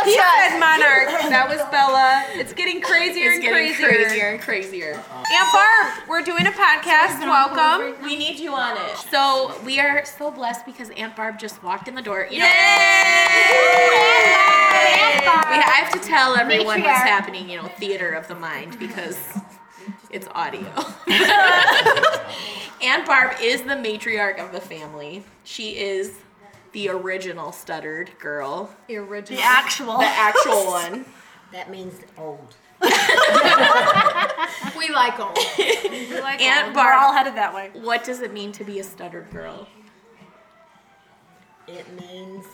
Speaker 3: He said monarch. That was Bella. It's getting crazier
Speaker 1: It's
Speaker 3: and
Speaker 1: getting
Speaker 3: crazier.
Speaker 1: crazier and crazier.
Speaker 3: Aunt Barb, we're doing a podcast. Welcome.
Speaker 1: We need you on it. So we are so blessed because Aunt Barb just walked in the door. You know, we, I have to tell everyone what's happening. You know, theater of the mind because it's audio. Aunt Barb is the matriarch of the family. She is the original stuttered girl,
Speaker 4: The actual.
Speaker 1: the actual one.
Speaker 10: That means old.
Speaker 8: We like old.
Speaker 4: Like,
Speaker 1: Aunt
Speaker 4: We're all
Speaker 1: Barb,
Speaker 4: headed that way.
Speaker 1: what does it mean to be a stuttered girl?
Speaker 10: It means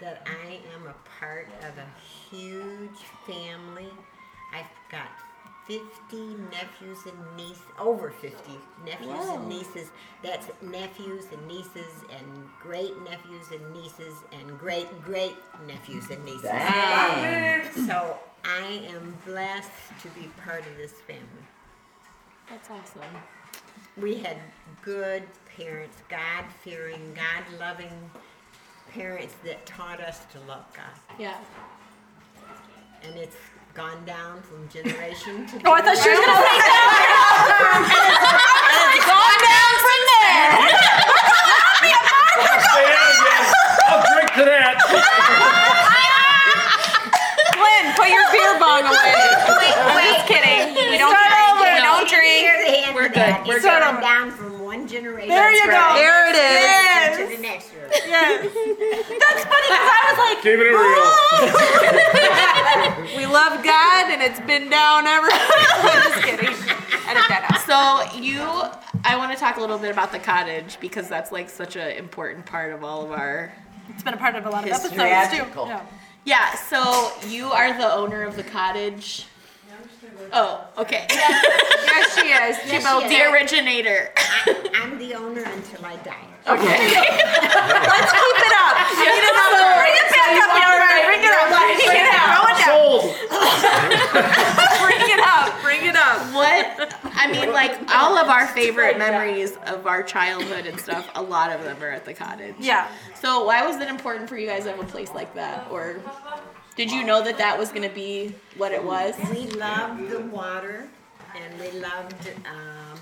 Speaker 10: that I am a part of a huge family. I've got 50 nephews and nieces, over 50 nephews and nieces. That's nephews and nieces and great nephews and nieces and great great nephews and nieces. So I am blessed to be part of this family.
Speaker 1: That's awesome.
Speaker 10: we had good parents, God fearing, God loving parents that taught us to love God.
Speaker 1: Yeah.
Speaker 10: And it's gone down from generation to
Speaker 4: Oh, I thought she was gonna say
Speaker 6: Say that again. I'll drink to that.
Speaker 3: Glenn, put your beer bong away. I'm just kidding. We don't drink. We don't drink.
Speaker 10: generation. We're good. We're
Speaker 3: Start
Speaker 10: gone
Speaker 3: over.
Speaker 10: down from one generation
Speaker 4: There you go.
Speaker 3: There it is.
Speaker 10: to the next. Year.
Speaker 6: Keeping it real.
Speaker 3: We love God, and it's been down ever. I'm just kidding. Edit that out.
Speaker 1: So you, I want to talk a little bit about the cottage because that's like such an important part of all of our.
Speaker 4: It's been a part of a lot of
Speaker 9: It's
Speaker 4: episodes
Speaker 9: tragical.
Speaker 4: too. Yeah.
Speaker 1: Yeah. So you are the owner of the cottage. Oh, okay.
Speaker 3: Yes, she is. She built it.
Speaker 1: the originator.
Speaker 10: I'm the owner until I die.
Speaker 3: Keep it up. I need another. Bring it back up, y'all. Bring it up. Bring it up.
Speaker 6: Sold.
Speaker 3: Bring it up. Bring it up.
Speaker 1: What? I mean, like all of our favorite memories of our childhood and stuff. A lot of them are at the cottage.
Speaker 4: Yeah.
Speaker 1: So why was it important for you guys to have a place like that, or did you know that that was gonna be what it was?
Speaker 10: We loved the water, and we loved um,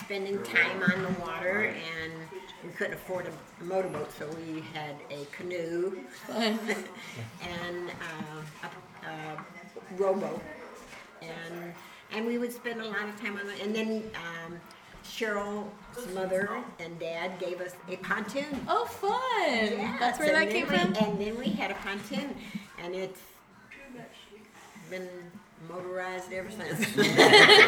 Speaker 10: spending time on the water, and we couldn't afford a motorboat, so we had a canoe and uh, a, a rowboat, and and we would spend a lot of time on the. And then um, Cheryl's mother and dad gave us a pontoon.
Speaker 1: Oh, fun! That's where
Speaker 10: Yes,
Speaker 1: that
Speaker 10: and
Speaker 1: came
Speaker 10: then
Speaker 1: from.
Speaker 10: we- And then we had a pontoon, and it's been motorized ever since.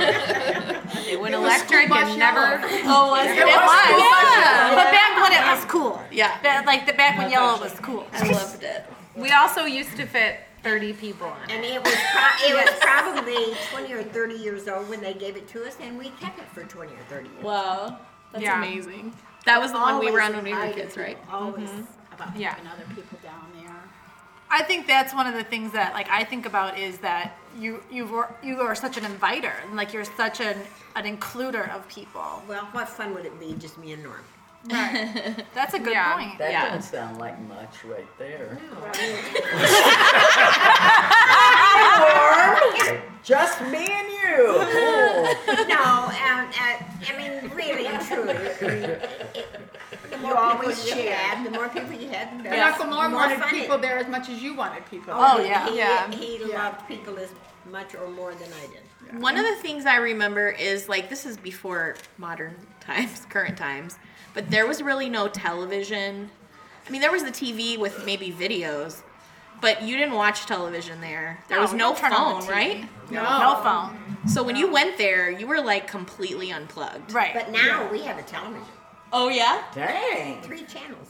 Speaker 1: It went
Speaker 3: electric and never.
Speaker 1: Oh, was it?
Speaker 4: It was.
Speaker 1: Yeah.
Speaker 4: But back when it was cool.
Speaker 1: Yeah.
Speaker 4: That, like the back when yellow was cool.
Speaker 1: I loved it.
Speaker 3: We also used to fit 30 people on it.
Speaker 10: And it was pro- it was probably twenty or thirty years old when they gave it to us, and we kept it for twenty or thirty years.
Speaker 1: Wow, that's
Speaker 3: Yeah.
Speaker 1: amazing. That was the one we were on when we were
Speaker 5: Always
Speaker 1: kids, right?
Speaker 5: Always
Speaker 10: Mm-hmm.
Speaker 5: about
Speaker 3: Yeah.
Speaker 5: putting other people down there.
Speaker 4: I think that's one of the things that like I think about is that you you were you are such an inviter and like you're such an an includer of people.
Speaker 10: Well, what fun would it be, just me and Norm?
Speaker 4: That's a good
Speaker 3: Yeah.
Speaker 4: point.
Speaker 9: That
Speaker 1: Yeah.
Speaker 9: doesn't sound like much right there. Just me and you.
Speaker 10: No, um, uh, I mean, really and truly. I mean, it- The more always you had, the more people you had, the better.
Speaker 8: Uncle Norm
Speaker 10: More
Speaker 8: wanted
Speaker 10: fun it-
Speaker 8: people there as much as you wanted people.
Speaker 4: Oh yeah.
Speaker 10: He,
Speaker 3: Yeah.
Speaker 10: he loved people as much or more than I did.
Speaker 1: One of the things I remember is like this is before modern times, current times, but there was really no television. I mean, there was the TV with maybe videos, but you didn't watch television there. There
Speaker 4: No,
Speaker 1: was
Speaker 4: we
Speaker 1: no
Speaker 4: didn't turn on the
Speaker 1: phone,
Speaker 4: TV.
Speaker 1: right?
Speaker 4: No phone.
Speaker 1: So when you went there, you were like completely unplugged.
Speaker 4: Right.
Speaker 10: But now we have a television,
Speaker 1: Oh yeah.
Speaker 9: Dang.
Speaker 10: three channels.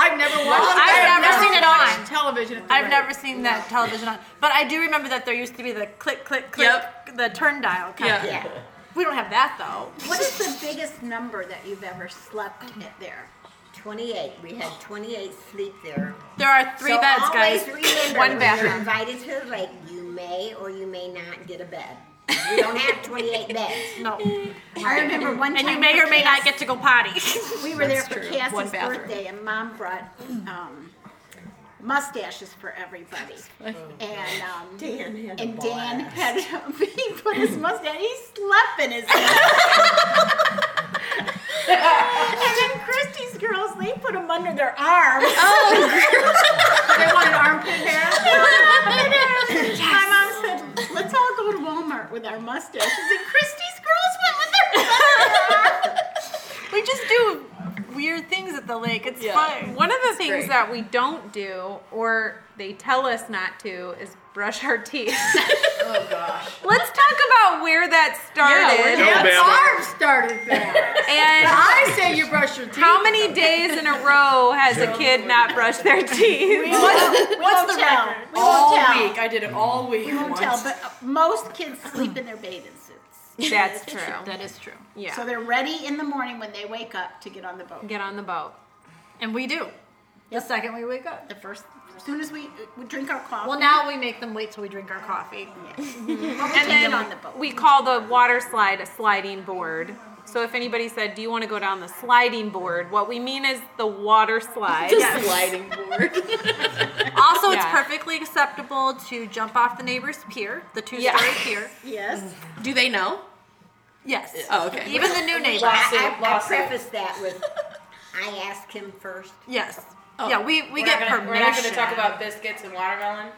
Speaker 8: I've never watched.
Speaker 4: I've never seen it on.
Speaker 8: watched television. at the
Speaker 4: I've
Speaker 8: rate.
Speaker 4: never seen that television on. But I do remember that there used to be the click click click
Speaker 1: Yep.
Speaker 4: the turn dial kind
Speaker 1: Yeah.
Speaker 4: of.
Speaker 10: Yeah.
Speaker 4: We don't have that though.
Speaker 5: What is the biggest number that you've ever slept at there?
Speaker 10: 28. We had 28 sleep there.
Speaker 4: There are three
Speaker 10: so
Speaker 4: beds,
Speaker 10: always
Speaker 4: guys.
Speaker 10: Remember,
Speaker 4: One
Speaker 10: when
Speaker 4: bathroom.
Speaker 10: You're invited to the lake. You may or you may not get a bed. We don't have 28 beds.
Speaker 4: No.
Speaker 5: I remember one time.
Speaker 4: And you may
Speaker 5: for
Speaker 4: or may not
Speaker 5: Cass-
Speaker 4: get to go potty.
Speaker 5: We were there
Speaker 1: That's
Speaker 5: for
Speaker 1: true. One
Speaker 5: Cassie's
Speaker 1: bathroom.
Speaker 5: birthday, and Mom brought um, mustaches for everybody. And um, Dan had and Dan had he put his mustache. He slept in his. hand. and then Christie's girls, they put him under their arm.
Speaker 1: Oh.
Speaker 8: They wanted armpit hair.
Speaker 5: My mom said, "Let's all go to Walmart with our mustaches." And Christie's girls
Speaker 4: we just do weird things at the lake. It's fun.
Speaker 3: One of the things that we don't do, or they tell us not to, is brush our teeth. oh gosh. Let's talk about where that started
Speaker 6: No, ma'am.
Speaker 8: Barb started that.
Speaker 3: and
Speaker 8: I say you brush your teeth.
Speaker 3: how many days in a row has a kid not brushed their teeth?
Speaker 5: What's the record? We
Speaker 2: all
Speaker 5: won't tell.
Speaker 2: week. I did it all week.
Speaker 5: We won't
Speaker 2: once.
Speaker 5: tell, but uh, most kids sleep in their bathing suits.
Speaker 3: That's true.
Speaker 4: That is true.
Speaker 3: Yeah.
Speaker 5: So they're ready in the morning when they wake up to get on the boat.
Speaker 3: Get on the boat.
Speaker 4: And we do. The second we wake up.
Speaker 5: The first, as soon as we, uh, we drink our coffee,
Speaker 4: Well, now we make them wait till we drink our coffee.
Speaker 5: and then on the boat.
Speaker 3: We call the water slide a sliding board. So if anybody said, "Do you want to go down the sliding board?" what we mean is the water slide.
Speaker 1: sliding board.
Speaker 4: Also, it's
Speaker 3: Yeah.
Speaker 4: perfectly acceptable to jump off the neighbor's pier, the two-story pier.
Speaker 5: Yes.
Speaker 1: Do they know?
Speaker 4: Yes.
Speaker 1: Oh, okay.
Speaker 4: Even the new neighbor.
Speaker 10: Well, I, I, I preface that with I asked him first.
Speaker 4: Yes. Yeah, we, we
Speaker 2: We're
Speaker 4: get
Speaker 2: not gonna,
Speaker 4: permission.
Speaker 2: We're not going to talk about biscuits and watermelon.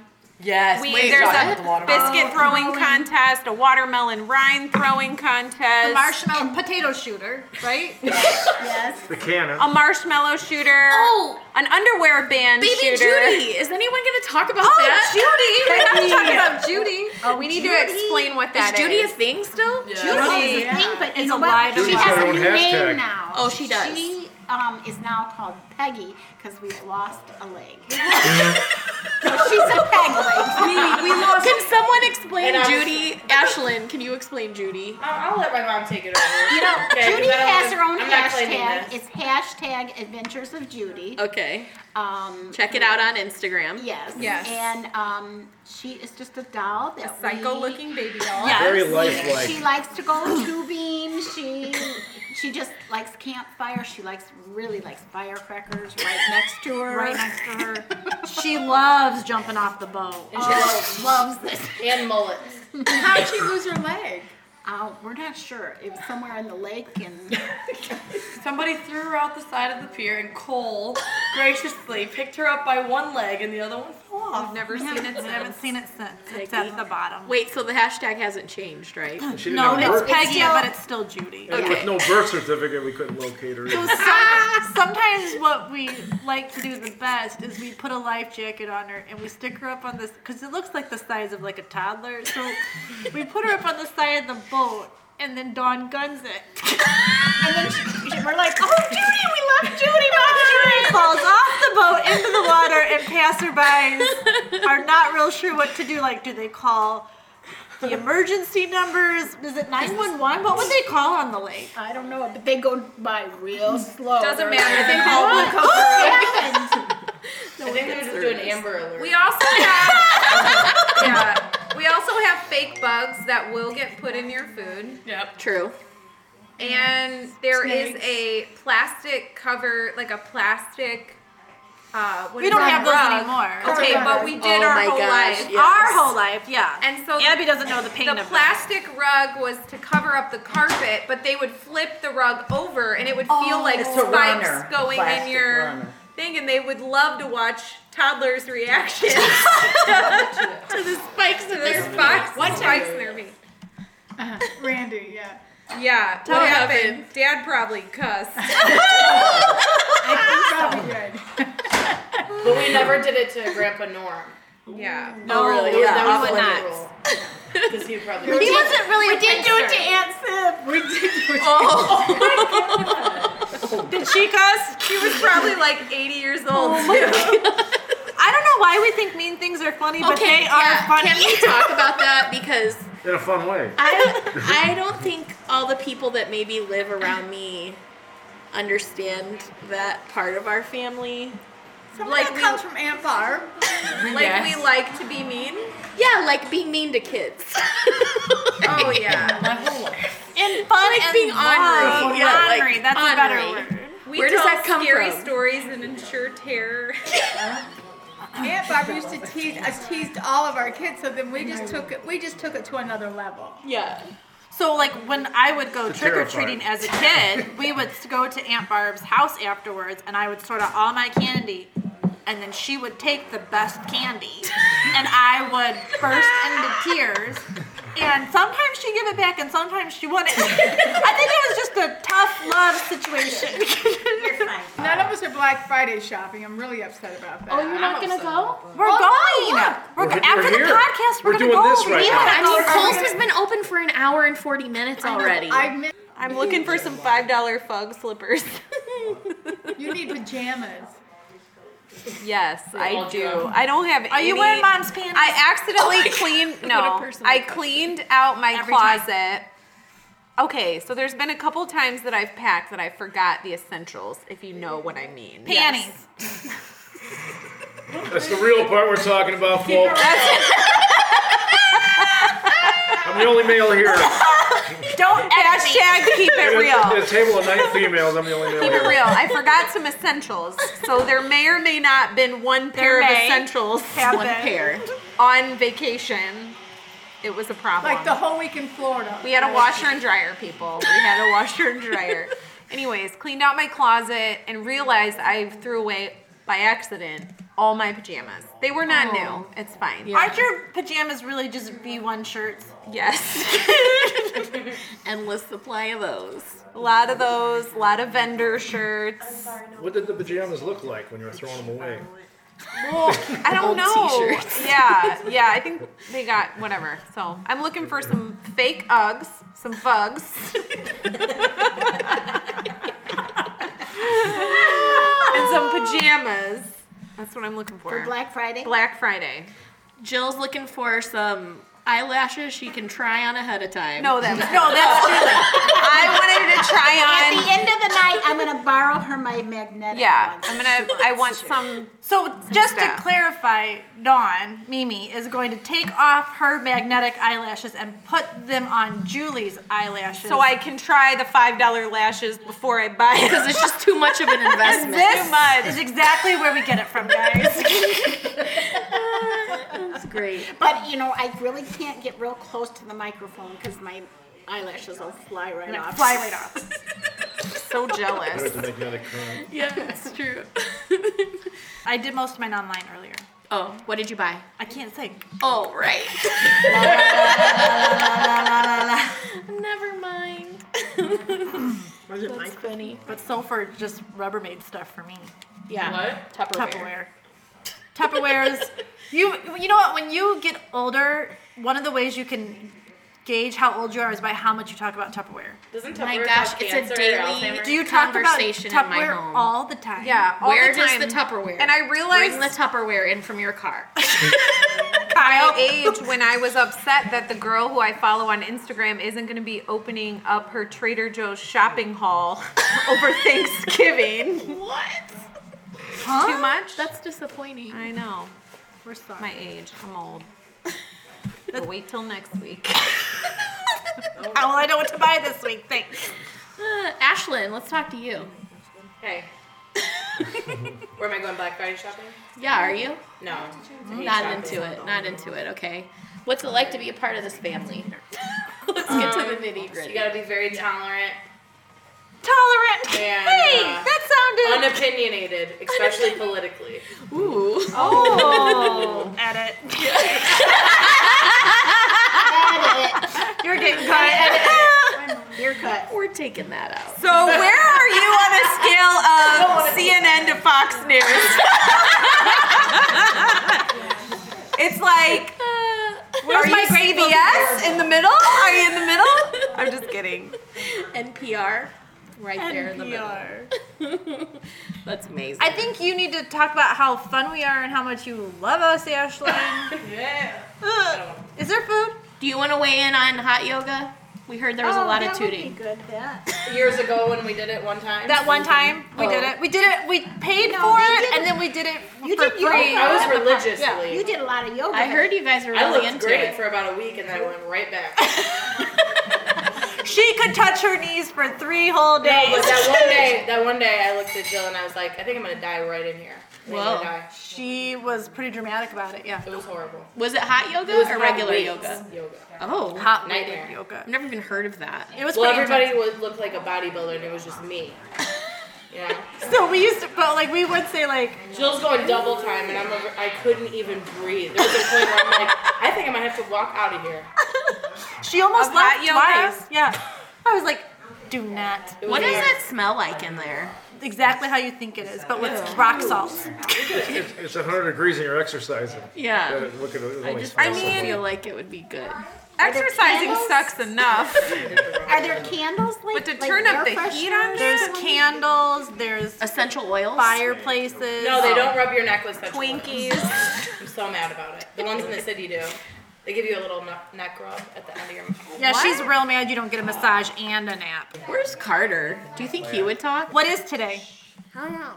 Speaker 1: Yes.
Speaker 3: We,
Speaker 1: wait,
Speaker 3: there's
Speaker 1: what?
Speaker 3: a biscuit throwing contest, a watermelon rind throwing contest,
Speaker 4: the marshmallow potato shooter, right?
Speaker 5: Yes.
Speaker 6: The cannon.
Speaker 3: a marshmallow shooter,
Speaker 1: Oh,
Speaker 3: an underwear band
Speaker 1: baby
Speaker 3: shooter.
Speaker 1: Judy. Is anyone going to talk about
Speaker 3: Oh,
Speaker 1: that?
Speaker 3: Judy! We're not talking about Judy. Oh, we need to explain what that
Speaker 1: Is
Speaker 3: is.
Speaker 1: Judy a thing still?
Speaker 5: Well,
Speaker 3: Judy.
Speaker 5: it's a thing, but you
Speaker 4: It's
Speaker 5: know
Speaker 4: a
Speaker 5: what?
Speaker 4: live
Speaker 5: She
Speaker 6: event.
Speaker 5: has a
Speaker 6: Her own
Speaker 5: new
Speaker 6: hashtag.
Speaker 5: name now.
Speaker 1: Oh, she does.
Speaker 5: She um, is now called Peggy because we've lost a leg. so she's a peg leg.
Speaker 1: we, we lost. Can someone explain
Speaker 2: And I was-
Speaker 1: Judy? Ashlyn, can you explain Judy?
Speaker 2: I'll, I'll let my mom take it over.
Speaker 5: You know,
Speaker 2: Okay, 'cause
Speaker 5: Judy
Speaker 2: I don't
Speaker 5: has
Speaker 2: wanna-
Speaker 5: her own
Speaker 2: I'm not claiming
Speaker 5: hashtag.
Speaker 2: this.
Speaker 5: It's hashtag Adventures of Judy.
Speaker 1: Okay.
Speaker 5: Um,
Speaker 1: Check it out on Instagram.
Speaker 5: yes.
Speaker 3: Yes.
Speaker 5: And um, she is just a doll that we-
Speaker 3: psycho-looking baby doll?
Speaker 6: Very
Speaker 5: She
Speaker 6: lifelike.
Speaker 5: likes to go tubing. She she just likes campfire. She likes really likes firecrackers right next to her.
Speaker 4: Right next to her. She loves jumping off the boat.
Speaker 5: Oh, loves this.
Speaker 2: And mullets.
Speaker 8: How'd she lose her leg?
Speaker 5: Uh, we're not sure. It was somewhere in the lake, and
Speaker 2: Somebody threw her out the side of the pier, and Cole graciously picked her up by one leg, and the other one fell off.
Speaker 3: I've never seen it
Speaker 4: I haven't
Speaker 3: since.
Speaker 4: seen it since. It's at the bottom.
Speaker 1: Wait, so the hashtag hasn't changed, right?
Speaker 6: She didn't
Speaker 4: No,
Speaker 6: have a
Speaker 4: it's
Speaker 6: birth.
Speaker 4: Peggy, but it's still Judy.
Speaker 6: And with no birth certificate, we couldn't locate her.
Speaker 4: So
Speaker 6: either.
Speaker 4: some, sometimes what we like to do the best is we put a life jacket on her and we stick her up on this because it looks like the size of like a toddler. So we put her up on the side of the boat and then Dawn guns it.
Speaker 5: and then she, she- we're like, oh,
Speaker 4: Judy, we love Judy, Mom Judy falls off the boat into the water and passerbys are not real sure what to do. Like, do they call the emergency numbers? Is it 911? What would they call on the lake?
Speaker 5: I don't know, but they go by real slow.
Speaker 3: Doesn't
Speaker 5: They're
Speaker 3: matter.
Speaker 5: like,
Speaker 3: They
Speaker 5: "Oh,
Speaker 3: all
Speaker 5: what? What happened?"
Speaker 2: I think they were just doing Amber Alert.
Speaker 3: We also have yeah, we also have fake bugs that will get put in your food.
Speaker 2: yep.
Speaker 1: True.
Speaker 3: And there is a plastic cover, like a plastic. Uh, what
Speaker 4: We
Speaker 3: is
Speaker 4: don't
Speaker 3: that
Speaker 4: have those
Speaker 3: rug?
Speaker 4: anymore.
Speaker 3: Okay,
Speaker 5: Cover.
Speaker 3: but we did
Speaker 1: Oh
Speaker 3: our
Speaker 1: my
Speaker 3: whole
Speaker 1: gosh,
Speaker 3: life.
Speaker 1: yeah.
Speaker 4: Our whole life, yeah.
Speaker 3: And so
Speaker 4: Abby doesn't know the pain
Speaker 3: the
Speaker 4: of
Speaker 3: plastic rug was to cover up the carpet, but they would flip the rug over, and it would feel
Speaker 4: Oh.
Speaker 3: like
Speaker 9: It's a
Speaker 3: spikes
Speaker 9: runner,
Speaker 3: going in
Speaker 9: plastic
Speaker 3: your
Speaker 9: runner.
Speaker 3: thing, and they would love to watch toddlers' reactions to the spikes in their spikes, spikes in their feet.
Speaker 8: Randy, yeah.
Speaker 3: Yeah, what, happened? Dad probably cussed.
Speaker 8: Probably good.
Speaker 2: But we never did it to Grandpa Norm.
Speaker 3: Yeah.
Speaker 1: Oh, really?
Speaker 2: that
Speaker 1: Yeah.
Speaker 2: was like the rule. Because he would probably.
Speaker 5: He wasn't really. We did do it to Aunt Sib.
Speaker 8: We did do it.
Speaker 3: Did she cuss? She was probably like 80 years
Speaker 4: Oh
Speaker 3: old.
Speaker 4: I don't know why we think mean things are funny, but
Speaker 1: Okay,
Speaker 4: they
Speaker 1: yeah,
Speaker 4: are funny.
Speaker 1: Can we talk about that? Because
Speaker 6: In a fun way.
Speaker 1: I, I don't think all the people that maybe live around me understand that part of our family.
Speaker 8: Like we comes from Aunt Barb.
Speaker 3: Like we like to be mean.
Speaker 1: Yeah, like being mean to kids.
Speaker 3: Oh yeah.
Speaker 2: My whole life.
Speaker 4: and fun
Speaker 1: like
Speaker 4: and
Speaker 1: being
Speaker 4: love.
Speaker 1: ornery, yeah, like
Speaker 4: Ornery, that's a
Speaker 1: ornery.
Speaker 4: better word.
Speaker 3: We
Speaker 1: Where
Speaker 3: tell
Speaker 1: does that come
Speaker 3: scary
Speaker 1: from?
Speaker 3: stories and ensure terror.
Speaker 8: Aunt Barb used to tease. I teased all of our kids. So then we just took it. We just took it to another level.
Speaker 1: yeah.
Speaker 4: So, like, when I would go
Speaker 6: It's
Speaker 4: trick or treating
Speaker 6: terrifying.
Speaker 4: as a kid, we would s- go to Aunt Barb's house afterwards, and I would sort out all my candy, and then she would take the best candy, and I would burst into tears And sometimes she give it back, and sometimes she wouldn't. I think it was just a tough love situation.
Speaker 8: None of us are Black Friday shopping. I'm really upset about that.
Speaker 5: Oh, you're not gonna go?
Speaker 4: We're
Speaker 3: Oh,
Speaker 4: going. We're,
Speaker 6: We're-
Speaker 4: after
Speaker 6: we're
Speaker 4: the
Speaker 6: here.
Speaker 4: podcast. We're,
Speaker 6: We're
Speaker 4: gonna
Speaker 6: doing
Speaker 4: go.
Speaker 6: this right
Speaker 4: We
Speaker 6: now.
Speaker 4: gotta
Speaker 1: I
Speaker 4: go.
Speaker 1: mean, Kohl's has been open for an hour and 40 minutes already.
Speaker 8: I miss,
Speaker 3: I'm looking for some five dollar fog slippers.
Speaker 8: you need pajamas.
Speaker 3: yes, I do. I don't have.
Speaker 4: Are you wearing mom's pants?
Speaker 3: I accidentally cleaned.
Speaker 1: What a
Speaker 3: No,
Speaker 1: person
Speaker 3: I
Speaker 1: that was.
Speaker 3: cleaned out my
Speaker 4: Every time.
Speaker 3: closet. Okay, so there's been a couple times that I've packed that I forgot the essentials, if you know what I mean.
Speaker 4: Panties.
Speaker 6: That's the real part we're talking about, folks. I'm the only male here.
Speaker 3: Don't hashtag keep it
Speaker 6: At
Speaker 3: real.
Speaker 6: a table of nine females, I'm the only male
Speaker 3: Keep it
Speaker 6: here.
Speaker 3: real. I forgot some essentials, so there may or may not been one pair of
Speaker 4: There may
Speaker 3: essentials
Speaker 4: have
Speaker 1: one
Speaker 4: been.
Speaker 1: pair.
Speaker 3: on vacation. It was a problem.
Speaker 8: Like the whole week in Florida.
Speaker 3: We had a washer and dryer, people. We had a washer and dryer. Anyways, cleaned out my closet and realized I threw away by accident all my pajamas. They were not new. It's fine.
Speaker 4: Aren't your pajamas really just V1 shirts?
Speaker 3: Yes.
Speaker 1: Endless supply of those.
Speaker 3: a lot of those, a lot of vendor shirts.
Speaker 6: What did the pajamas look like when you were throwing them away?
Speaker 3: I don't
Speaker 1: Old
Speaker 3: know.
Speaker 1: t-shirts.
Speaker 3: Yeah, yeah. I think they got whatever. So I'm looking for some fake Uggs, some Fugs, and some pajamas. That's what I'm looking for.
Speaker 5: For Black Friday?
Speaker 3: Black Friday.
Speaker 1: Jill's looking for some eyelashes she can try on ahead of time.
Speaker 3: No, that no, that's Julie. I wanted to
Speaker 5: At the
Speaker 3: try on.
Speaker 5: end of the night, I'm gonna borrow her my magnetic
Speaker 3: Yeah,
Speaker 5: ones.
Speaker 3: I'm gonna. I want some.
Speaker 4: So just to
Speaker 3: stuff.
Speaker 4: clarify, Dawn Mimi is going to take off her magnetic eyelashes and put them on Julie's eyelashes.
Speaker 3: So I can try the five dollar lashes before I buy it.
Speaker 1: Because it's just too much of an investment.
Speaker 4: this
Speaker 3: Too much.
Speaker 4: is exactly where we get it from, guys.
Speaker 1: That's great.
Speaker 5: But you know, I really can't get real close to the microphone because my eyelashes will fly right off.
Speaker 4: Fly right off.
Speaker 3: So
Speaker 6: I
Speaker 3: jealous.
Speaker 6: had to make another current.
Speaker 1: Yeah, it's true.
Speaker 4: I did most of mine online earlier.
Speaker 1: oh, what did you buy?
Speaker 4: I can't sing.
Speaker 1: Oh, right. Never mind. That's funny.
Speaker 4: But Sulfur just Rubbermaid stuff for me.
Speaker 1: Yeah.
Speaker 2: What?
Speaker 1: Tupperware.
Speaker 4: Tupperware. Tupperwares. you you know what? When you get older, one of the ways you can gauge how old you are is by how much you talk about Tupperware.
Speaker 2: Doesn't
Speaker 5: Oh
Speaker 1: My
Speaker 2: Tupperware
Speaker 1: gosh,
Speaker 2: cause
Speaker 1: it's a
Speaker 2: cancer or
Speaker 1: daily-
Speaker 2: Alzheimer's?
Speaker 4: Do you talk about
Speaker 1: Conversation in my
Speaker 4: Tupperware
Speaker 1: home.
Speaker 4: all the time?
Speaker 3: Yeah. all
Speaker 1: Where
Speaker 3: the
Speaker 1: does
Speaker 3: time.
Speaker 1: the Tupperware?
Speaker 3: And I
Speaker 1: Bring
Speaker 3: realized
Speaker 1: the Tupperware in from your car.
Speaker 3: my age when I was upset that the girl who I follow on Instagram isn't going to be opening up her Trader Joe's shopping haul over Thanksgiving.
Speaker 1: what?
Speaker 3: Too much?
Speaker 1: That's disappointing.
Speaker 3: I know.
Speaker 4: We're sorry.
Speaker 3: My age. I'm old. But wait till next week.
Speaker 4: Oh, well, I know what to buy this week. Thanks.
Speaker 1: Uh, Ashlyn, let's talk to you.
Speaker 2: Hey. Where am I going Black Friday shopping?
Speaker 1: Yeah, are you?
Speaker 2: No.
Speaker 1: Not into it. Not into it. Okay. What's it like to be a part of this family? Let's get to the nitty
Speaker 2: Um, You
Speaker 1: gritty.
Speaker 2: gotta be very tolerant,
Speaker 4: Tolerant.
Speaker 2: Yeah.
Speaker 4: Hey, that sounded.
Speaker 2: uh, unopinionated, especially politically.
Speaker 1: Ooh.
Speaker 4: oh, edit.
Speaker 5: Got
Speaker 4: You're getting caught. Edit.
Speaker 5: it. You're cut.
Speaker 1: We're taking that out.
Speaker 3: So where are you on a scale of CNN to Fox News? it's like,
Speaker 4: Uh,
Speaker 3: where's my CBS in the middle? Are you in the middle? I'm just kidding.
Speaker 1: NPR, right there in the middle.
Speaker 4: NPR.
Speaker 1: That's amazing.
Speaker 4: I think you need to talk about how fun we are and how much you love us, Ashlyn.
Speaker 2: Yeah.
Speaker 4: Ugh. Is there food?
Speaker 1: Do you want to weigh in on hot yoga? We heard there was a
Speaker 5: Oh,
Speaker 1: lot
Speaker 5: that
Speaker 1: of
Speaker 5: would be
Speaker 1: tooting.
Speaker 5: Good. That.
Speaker 2: Years ago when we did it one time.
Speaker 4: That one time we did
Speaker 1: Oh.
Speaker 4: it. We did it. We paid
Speaker 5: No,
Speaker 4: for
Speaker 5: we
Speaker 4: it,
Speaker 5: didn't.
Speaker 4: and then we did it
Speaker 5: You
Speaker 4: for
Speaker 5: did yoga.
Speaker 4: free.
Speaker 2: I was religiously.
Speaker 5: You did a lot of yoga.
Speaker 1: I heard you guys were
Speaker 2: I
Speaker 1: really
Speaker 2: looked
Speaker 1: into
Speaker 2: great
Speaker 1: it.
Speaker 2: for about a week and then I went right back.
Speaker 4: She could touch her knees for three whole
Speaker 2: No,
Speaker 4: days.
Speaker 2: but that one day, that one day, I looked at Jill and I was like, I think I'm gonna die right in here. I'm gonna
Speaker 1: Whoa.
Speaker 2: die.
Speaker 4: She was pretty dramatic about it. Yeah.
Speaker 2: It was horrible.
Speaker 1: Was it hot yoga
Speaker 2: It was
Speaker 1: or
Speaker 2: hot
Speaker 1: regular
Speaker 2: weights
Speaker 1: yoga?
Speaker 2: Yoga.
Speaker 1: Oh,
Speaker 4: Hot
Speaker 2: Nightmare.
Speaker 4: weighted yoga.
Speaker 1: I've never even heard of that.
Speaker 4: It was
Speaker 2: Well,
Speaker 4: pretty
Speaker 2: everybody would look like a bodybuilder, and it was just me. Yeah.
Speaker 4: intense. So we used to, but like we would say like,
Speaker 2: Jill's going double time, and I'm over, I couldn't even breathe. There was a point where I'm like, I think I might have to walk out of here.
Speaker 4: She almost
Speaker 3: Of that
Speaker 4: left
Speaker 3: yoga?
Speaker 4: twice. Yeah. I was like, do not.
Speaker 1: What does it smell like in there?
Speaker 4: Exactly how you think it is, but with rock salt.
Speaker 6: It's, it's 100 degrees and you're exercising.
Speaker 1: Yeah.
Speaker 6: Uh, Look at it. it only
Speaker 1: just-
Speaker 6: smells
Speaker 1: I
Speaker 6: so
Speaker 1: mean-
Speaker 6: good.
Speaker 1: feel like it would be good.
Speaker 3: Exercising
Speaker 5: candles?
Speaker 3: sucks enough,
Speaker 5: Are there candles? Like,
Speaker 3: but to
Speaker 5: like
Speaker 3: turn up
Speaker 5: air
Speaker 3: the heat on
Speaker 5: fresheners?
Speaker 3: this,
Speaker 4: There's candles, there's
Speaker 1: Essential oils.
Speaker 4: fireplaces.
Speaker 2: No, they don't rub your neck with special
Speaker 4: Twinkies.
Speaker 2: I'm so mad about it. The ones in the city do. They give you a little ne- neck rub at the end of your.
Speaker 4: Yeah, she's real mad you don't get a massage and a nap.
Speaker 1: Where's Carter? Do you think he would talk?
Speaker 4: What is today?
Speaker 11: I don't know.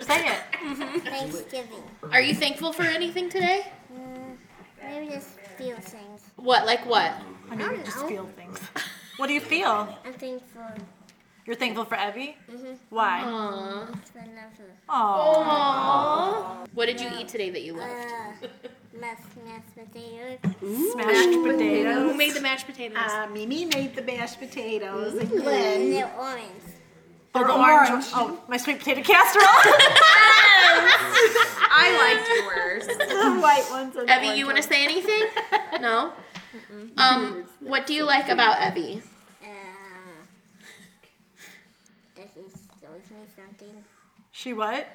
Speaker 4: Say it.
Speaker 11: Thanksgiving.
Speaker 1: Are you thankful for anything today?
Speaker 11: Maybe just feel things.
Speaker 1: What, like what?
Speaker 11: I don't know.
Speaker 4: Feel things. What do you feel?
Speaker 11: I'm thankful
Speaker 4: You're thankful for Evie?
Speaker 1: Mm-hmm.
Speaker 4: Why?
Speaker 11: for nothing.
Speaker 4: Oh.
Speaker 1: What did you eat today that you loved?
Speaker 11: Uh, mashed mashed potatoes.
Speaker 4: Smashed potatoes.
Speaker 1: Who made the mashed potatoes?
Speaker 5: Uh, Mimi made the mashed potatoes and
Speaker 11: And
Speaker 5: Glenn.
Speaker 11: they're orange.
Speaker 4: Or orange. Oh, my sweet potato casserole.
Speaker 1: I liked yours.
Speaker 5: The white ones and the
Speaker 1: Evie, you
Speaker 5: orange
Speaker 1: want to say anything? No. Um, what do you like about Evie?
Speaker 11: Uh,
Speaker 2: Eh,
Speaker 11: this is shows me something.
Speaker 4: she what?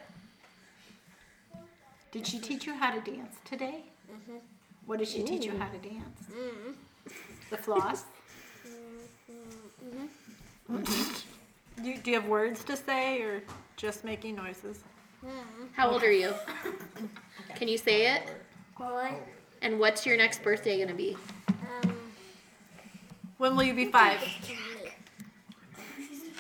Speaker 5: ones. Did she teach you how to dance today? What did she teach
Speaker 1: Mm.
Speaker 5: you how to dance? The floss?
Speaker 4: You, do you have words to say or just making noises?
Speaker 1: Hmm. How old are you? Can you say it?
Speaker 11: Or,
Speaker 1: And what's your next birthday going to be?
Speaker 11: um,
Speaker 4: When will you be five?
Speaker 11: cake.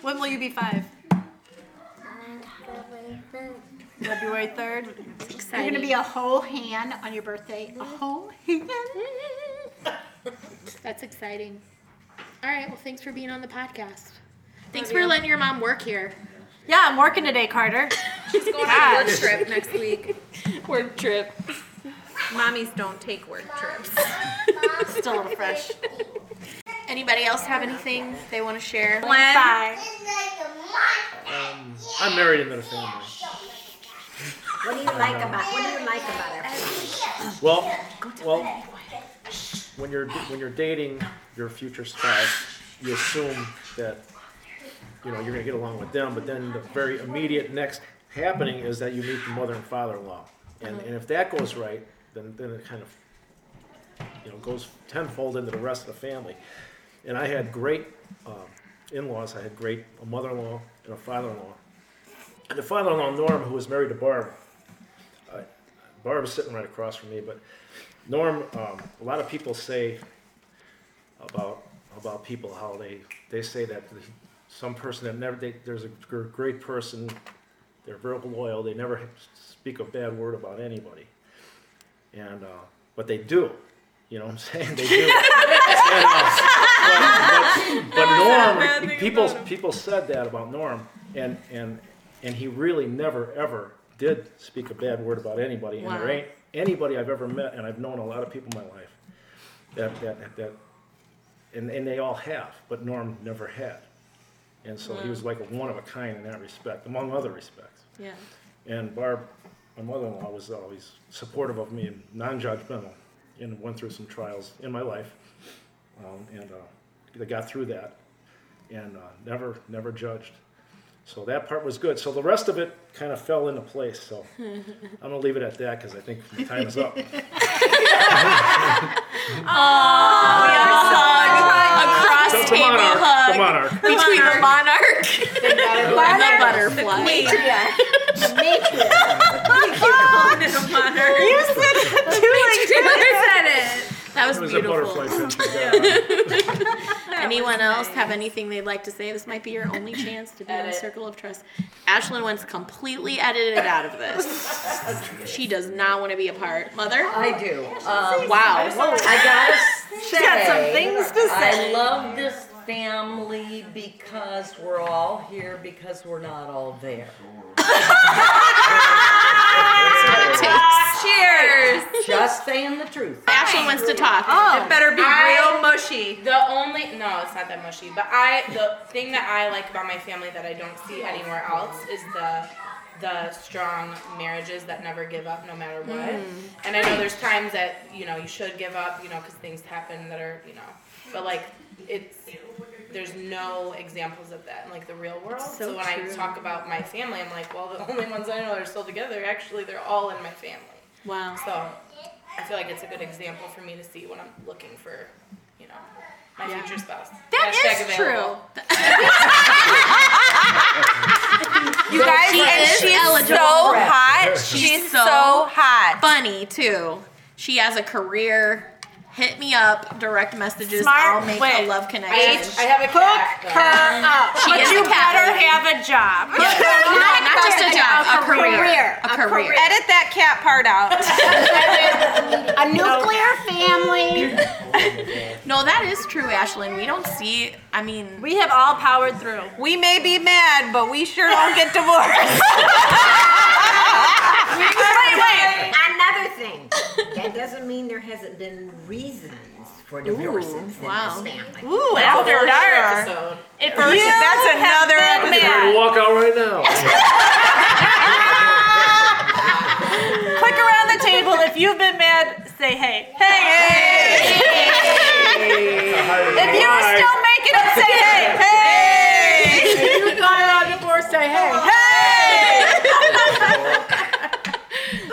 Speaker 4: When will you be five?
Speaker 11: And probably food.
Speaker 4: February 3rd?
Speaker 5: You're gonna be a whole hand on your birthday. A
Speaker 1: Mm.
Speaker 5: whole hand.
Speaker 1: That's exciting. All right. Well, thanks for being on the podcast. Thanks for letting your mom work here.
Speaker 4: Yeah, I'm working today, Carter.
Speaker 2: Just going on a work trip next week.
Speaker 1: Work trip.
Speaker 3: mommies don't take work trips.
Speaker 4: Still a little fresh.
Speaker 1: Anybody else have anything they want to share?
Speaker 4: Bye.
Speaker 6: I'm married into the family.
Speaker 10: What do you like about What do you like about our family?
Speaker 6: Well, well, when you're when you're dating your future spouse, you assume that you know you're gonna get along with them, but then the very immediate next happening is that you meet the mother and father-in-law, and and if that goes right, then then it kind of you know goes tenfold into the rest of the family. And I had great uh, in-laws. I had great a mother-in-law and a father-in-law. And the father-in-law Norm, who was married to Barb, Barb's sitting right across from me, but Norm, um, a lot of people say about about people how they they say that the- some person that never they, there's a gr- great person, they're very loyal, they never speak a bad word about anybody, and uh, but they do, you know what I'm saying? They do. And, uh, but, but- but Norm, people people said that about Norm, and and and he really never ever did speak a bad word about anybody, and there ain't anybody I've ever met, and I've known a lot of people in my life that that that, and and they all have, but Norm never had, and so he was like a one of a kind in that respect, among other respects.
Speaker 1: Yeah.
Speaker 6: And Barb, my mother-in-law, was always supportive of me and non-judgmental, and went through some trials in my life, um, and uh, they got through that, and uh, never never judged. So that part was good. So the rest of it kind of fell into place. So I'm gonna leave it at that because I think my time is up.
Speaker 1: Across
Speaker 6: So the
Speaker 1: table
Speaker 6: monarch,
Speaker 1: hug
Speaker 6: the monarch.
Speaker 1: between the monarch and the butterfly. That was,
Speaker 6: It was a
Speaker 1: beautiful.
Speaker 6: butterfly picture. yeah.
Speaker 1: Anyone else have anything they'd like to say? This might be your only chance to be on Circle of Trust. Ashlyn wants completely edited out of this. she does not want to be a part. Mother?
Speaker 4: Oh,
Speaker 9: I do. Um,
Speaker 1: Wow.
Speaker 9: I gotta say,
Speaker 4: got some things to
Speaker 9: I love this family because we're all here because we're not all there.
Speaker 4: Ah,
Speaker 3: Cheers!
Speaker 9: Just saying the truth.
Speaker 1: Ashlyn wants to talk. Oh.
Speaker 3: It better be
Speaker 2: I-
Speaker 3: real mushy.
Speaker 2: The only no, it's not that mushy. But I, the thing that I like about my family that I don't see anywhere else is the
Speaker 12: the strong marriages that never give up no matter what. And I know there's times that, you know, you should give up, you know, because things happen that are, you know, but like it's, there's no examples of that in like the real world. So, when I talk about my family, I'm like, well, the only ones I know that are still together, actually, they're all in my family.
Speaker 3: Wow.
Speaker 12: So I feel like it's a good example for me to see when I'm looking for, you know, my future spouse.
Speaker 3: That
Speaker 12: Hashtag
Speaker 3: is
Speaker 12: available.
Speaker 3: true. you guys,
Speaker 1: She
Speaker 3: and
Speaker 1: is
Speaker 3: she's
Speaker 1: eligible.
Speaker 3: so hot.
Speaker 1: She's
Speaker 3: She's
Speaker 1: so
Speaker 3: so hot.
Speaker 1: Funny too. She has a career. Hit me up, direct messages.
Speaker 4: Smart
Speaker 1: I'll make
Speaker 4: wit.
Speaker 1: a love
Speaker 12: I
Speaker 1: connection.
Speaker 12: have, I have a cat. though.
Speaker 1: She is
Speaker 4: you
Speaker 1: a cat
Speaker 4: better
Speaker 1: lady.
Speaker 4: have a job.
Speaker 1: Yeah, no, not just a job, a career. A career.
Speaker 3: Edit that cat part out.
Speaker 5: A nuclear family.
Speaker 1: No, that is true, Ashlyn. We don't see. I mean,
Speaker 4: We have all powered through.
Speaker 3: we may be mad, but we sure don't get divorced.
Speaker 10: Another thing, that doesn't mean there hasn't been reasons for divorces
Speaker 1: wow.
Speaker 10: in this family.
Speaker 3: Ooh, after dark.
Speaker 12: episode.
Speaker 3: First, that's another episode.
Speaker 6: Walk out right now.
Speaker 4: Click around the table. If you've been mad, say hey. Hey! If
Speaker 6: if
Speaker 4: you're still making it, say hey. Hey!
Speaker 8: you got on divorce, say hey.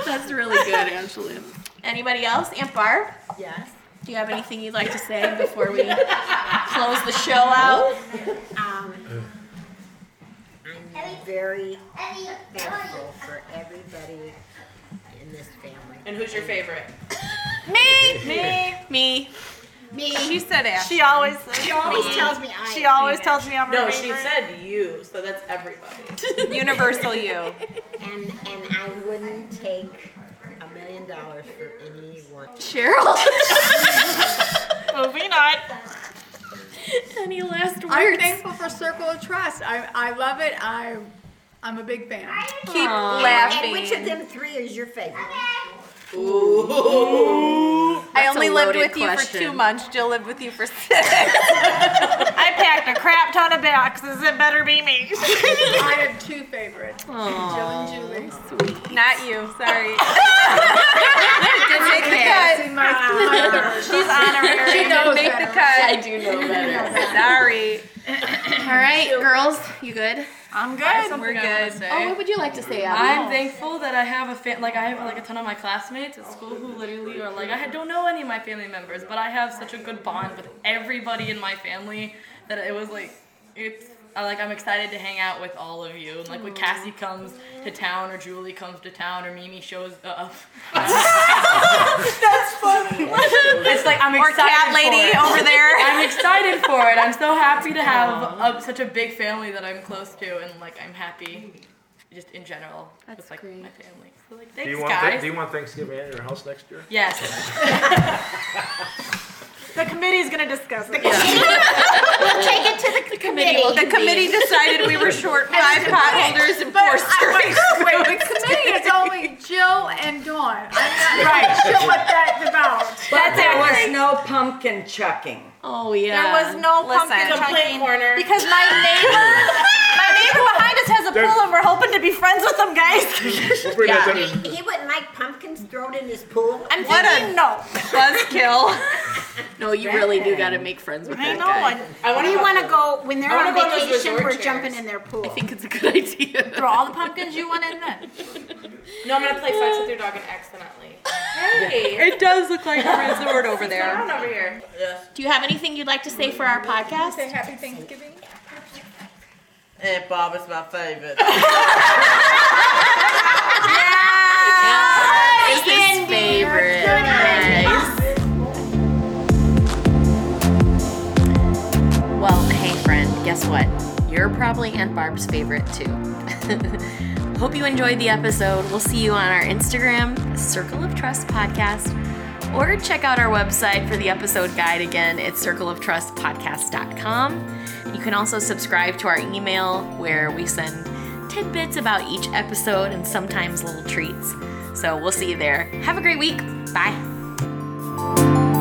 Speaker 1: That's really good, Angelina. Anybody else? Aunt Barb? Yes. Do you have anything you'd like to say before we close the show out?
Speaker 10: Um, I'm very thankful for everybody in this family.
Speaker 12: And who's your favorite?
Speaker 1: Me.
Speaker 3: She said it.
Speaker 4: She always
Speaker 5: She always tells me I.
Speaker 4: she always tells me I'm her
Speaker 12: No, she
Speaker 4: favorite.
Speaker 12: said you, so that's everybody.
Speaker 3: Universal you.
Speaker 10: And, and I wouldn't take a million dollars for anyone.
Speaker 1: Cheryl.
Speaker 4: Moving on.
Speaker 1: Any last
Speaker 8: I'm
Speaker 1: words?
Speaker 8: thankful for Circle of Trust. I, I love it. I, I'm a big fan.
Speaker 3: Keep
Speaker 10: And which of
Speaker 3: laughing.
Speaker 10: them three is your favorite?
Speaker 3: I
Speaker 1: That's a
Speaker 3: only lived
Speaker 1: loaded
Speaker 3: with you for
Speaker 1: question.
Speaker 3: two months. Jill lived with you for six.
Speaker 4: I packed a crap ton of boxes. It better be me.
Speaker 8: I have two favorites. Jill and Julie.
Speaker 3: Not you. Sorry.
Speaker 1: Didn't make the
Speaker 3: Cut.
Speaker 8: See my, my third.
Speaker 4: She's honorary.
Speaker 3: She didn't make the cut.
Speaker 1: I do know better.
Speaker 3: Sorry.
Speaker 1: All right, girls, you good?
Speaker 2: I'm good.
Speaker 3: We're good.
Speaker 1: Oh, what would you like to say, Abby?
Speaker 2: I'm thankful that I have a fa- like I have like a ton of my classmates at school who literally are like I had- don't know any of my family members, but I have such a good bond with everybody in my family that it was like it's I, like I'm excited to hang out with all of you. And like when Cassie comes to town or Julie comes to town or Mimi shows up, it's like I'm
Speaker 3: Or
Speaker 2: excited
Speaker 3: cat lady
Speaker 2: for it.
Speaker 3: over there.
Speaker 2: I'm excited for it. I'm so happy to have a, such a big family that I'm close to, and like I'm happy, just in general, with like my family. So like, thanks,
Speaker 6: Do you, want
Speaker 2: guys.
Speaker 6: th- do you want Thanksgiving at your house next year?
Speaker 2: yes.
Speaker 4: The committee's gonna discuss it.
Speaker 5: Take it to the committee.
Speaker 3: The committee decided we were short five pot holders and four strings.
Speaker 8: Wait, the committee is only Jill and Dawn. I'm not right. sure what that's about.
Speaker 9: But there was no pumpkin chucking.
Speaker 1: Oh yeah.
Speaker 4: There was no
Speaker 3: Listen.
Speaker 4: pumpkin chunking
Speaker 12: corner.
Speaker 4: because my neighbor, my neighbor behind us has a pool, and we're hoping to be friends with them, guys.
Speaker 6: We'll bring that dinner.
Speaker 10: He wouldn't like pumpkins thrown in his pool.
Speaker 4: I'm thinking no.
Speaker 3: Buzzkill.
Speaker 1: No, you really do gotta make friends with
Speaker 4: I
Speaker 1: that
Speaker 4: know.
Speaker 1: guy.
Speaker 4: I,
Speaker 12: I want
Speaker 5: We
Speaker 12: to
Speaker 5: want to go when they're
Speaker 12: wanna
Speaker 5: on
Speaker 12: go to those
Speaker 5: vacation.
Speaker 12: resort
Speaker 5: We're
Speaker 12: chairs.
Speaker 5: jumping in their pool.
Speaker 1: I think it's a good idea.
Speaker 4: throw all the pumpkins you want in then.
Speaker 12: No, I'm gonna play fetch with your dog and accidentally. Hey,
Speaker 3: It does look like a resort over there.
Speaker 12: come over here.
Speaker 1: Do you have anything you'd like to say for our podcast?
Speaker 8: Say happy Thanksgiving.
Speaker 9: And Bob is my favorite.
Speaker 1: It's his favorite. Nice. Well, hey, friend, guess what? You're probably Aunt Barb's favorite, too. Hope you enjoyed the episode. We'll see you on our Instagram, Circle of Trust Podcast, or check out our website for the episode guide again. It's circleoftrustpodcast.com. You can also subscribe to our email where we send tidbits about each episode and sometimes little treats. So we'll see you there. Have a great week. Bye.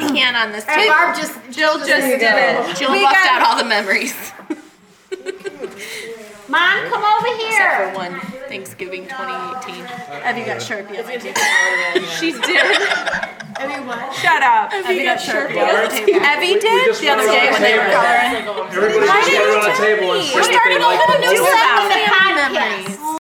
Speaker 1: We can't on this.
Speaker 3: Hey,
Speaker 1: too.
Speaker 3: Barb just Jill just did it.
Speaker 1: Jill
Speaker 3: We
Speaker 1: buffed
Speaker 3: got-
Speaker 1: out all the memories. Mom, come over
Speaker 13: Except
Speaker 1: here.
Speaker 13: for one Thanksgiving 2018.
Speaker 1: Evie got Sharpie on my table.
Speaker 13: She did.
Speaker 1: Evie what?
Speaker 3: Shut up.
Speaker 1: Evie got Sharpie
Speaker 8: Well,
Speaker 1: on her
Speaker 8: let's
Speaker 1: table.
Speaker 3: Evie
Speaker 8: We
Speaker 3: did
Speaker 8: just
Speaker 3: the other
Speaker 8: went
Speaker 3: day
Speaker 8: around
Speaker 3: when
Speaker 8: the
Speaker 3: they were
Speaker 8: table. Everybody
Speaker 3: coloring.
Speaker 8: just went around the table and said that they liked the most.
Speaker 3: segment.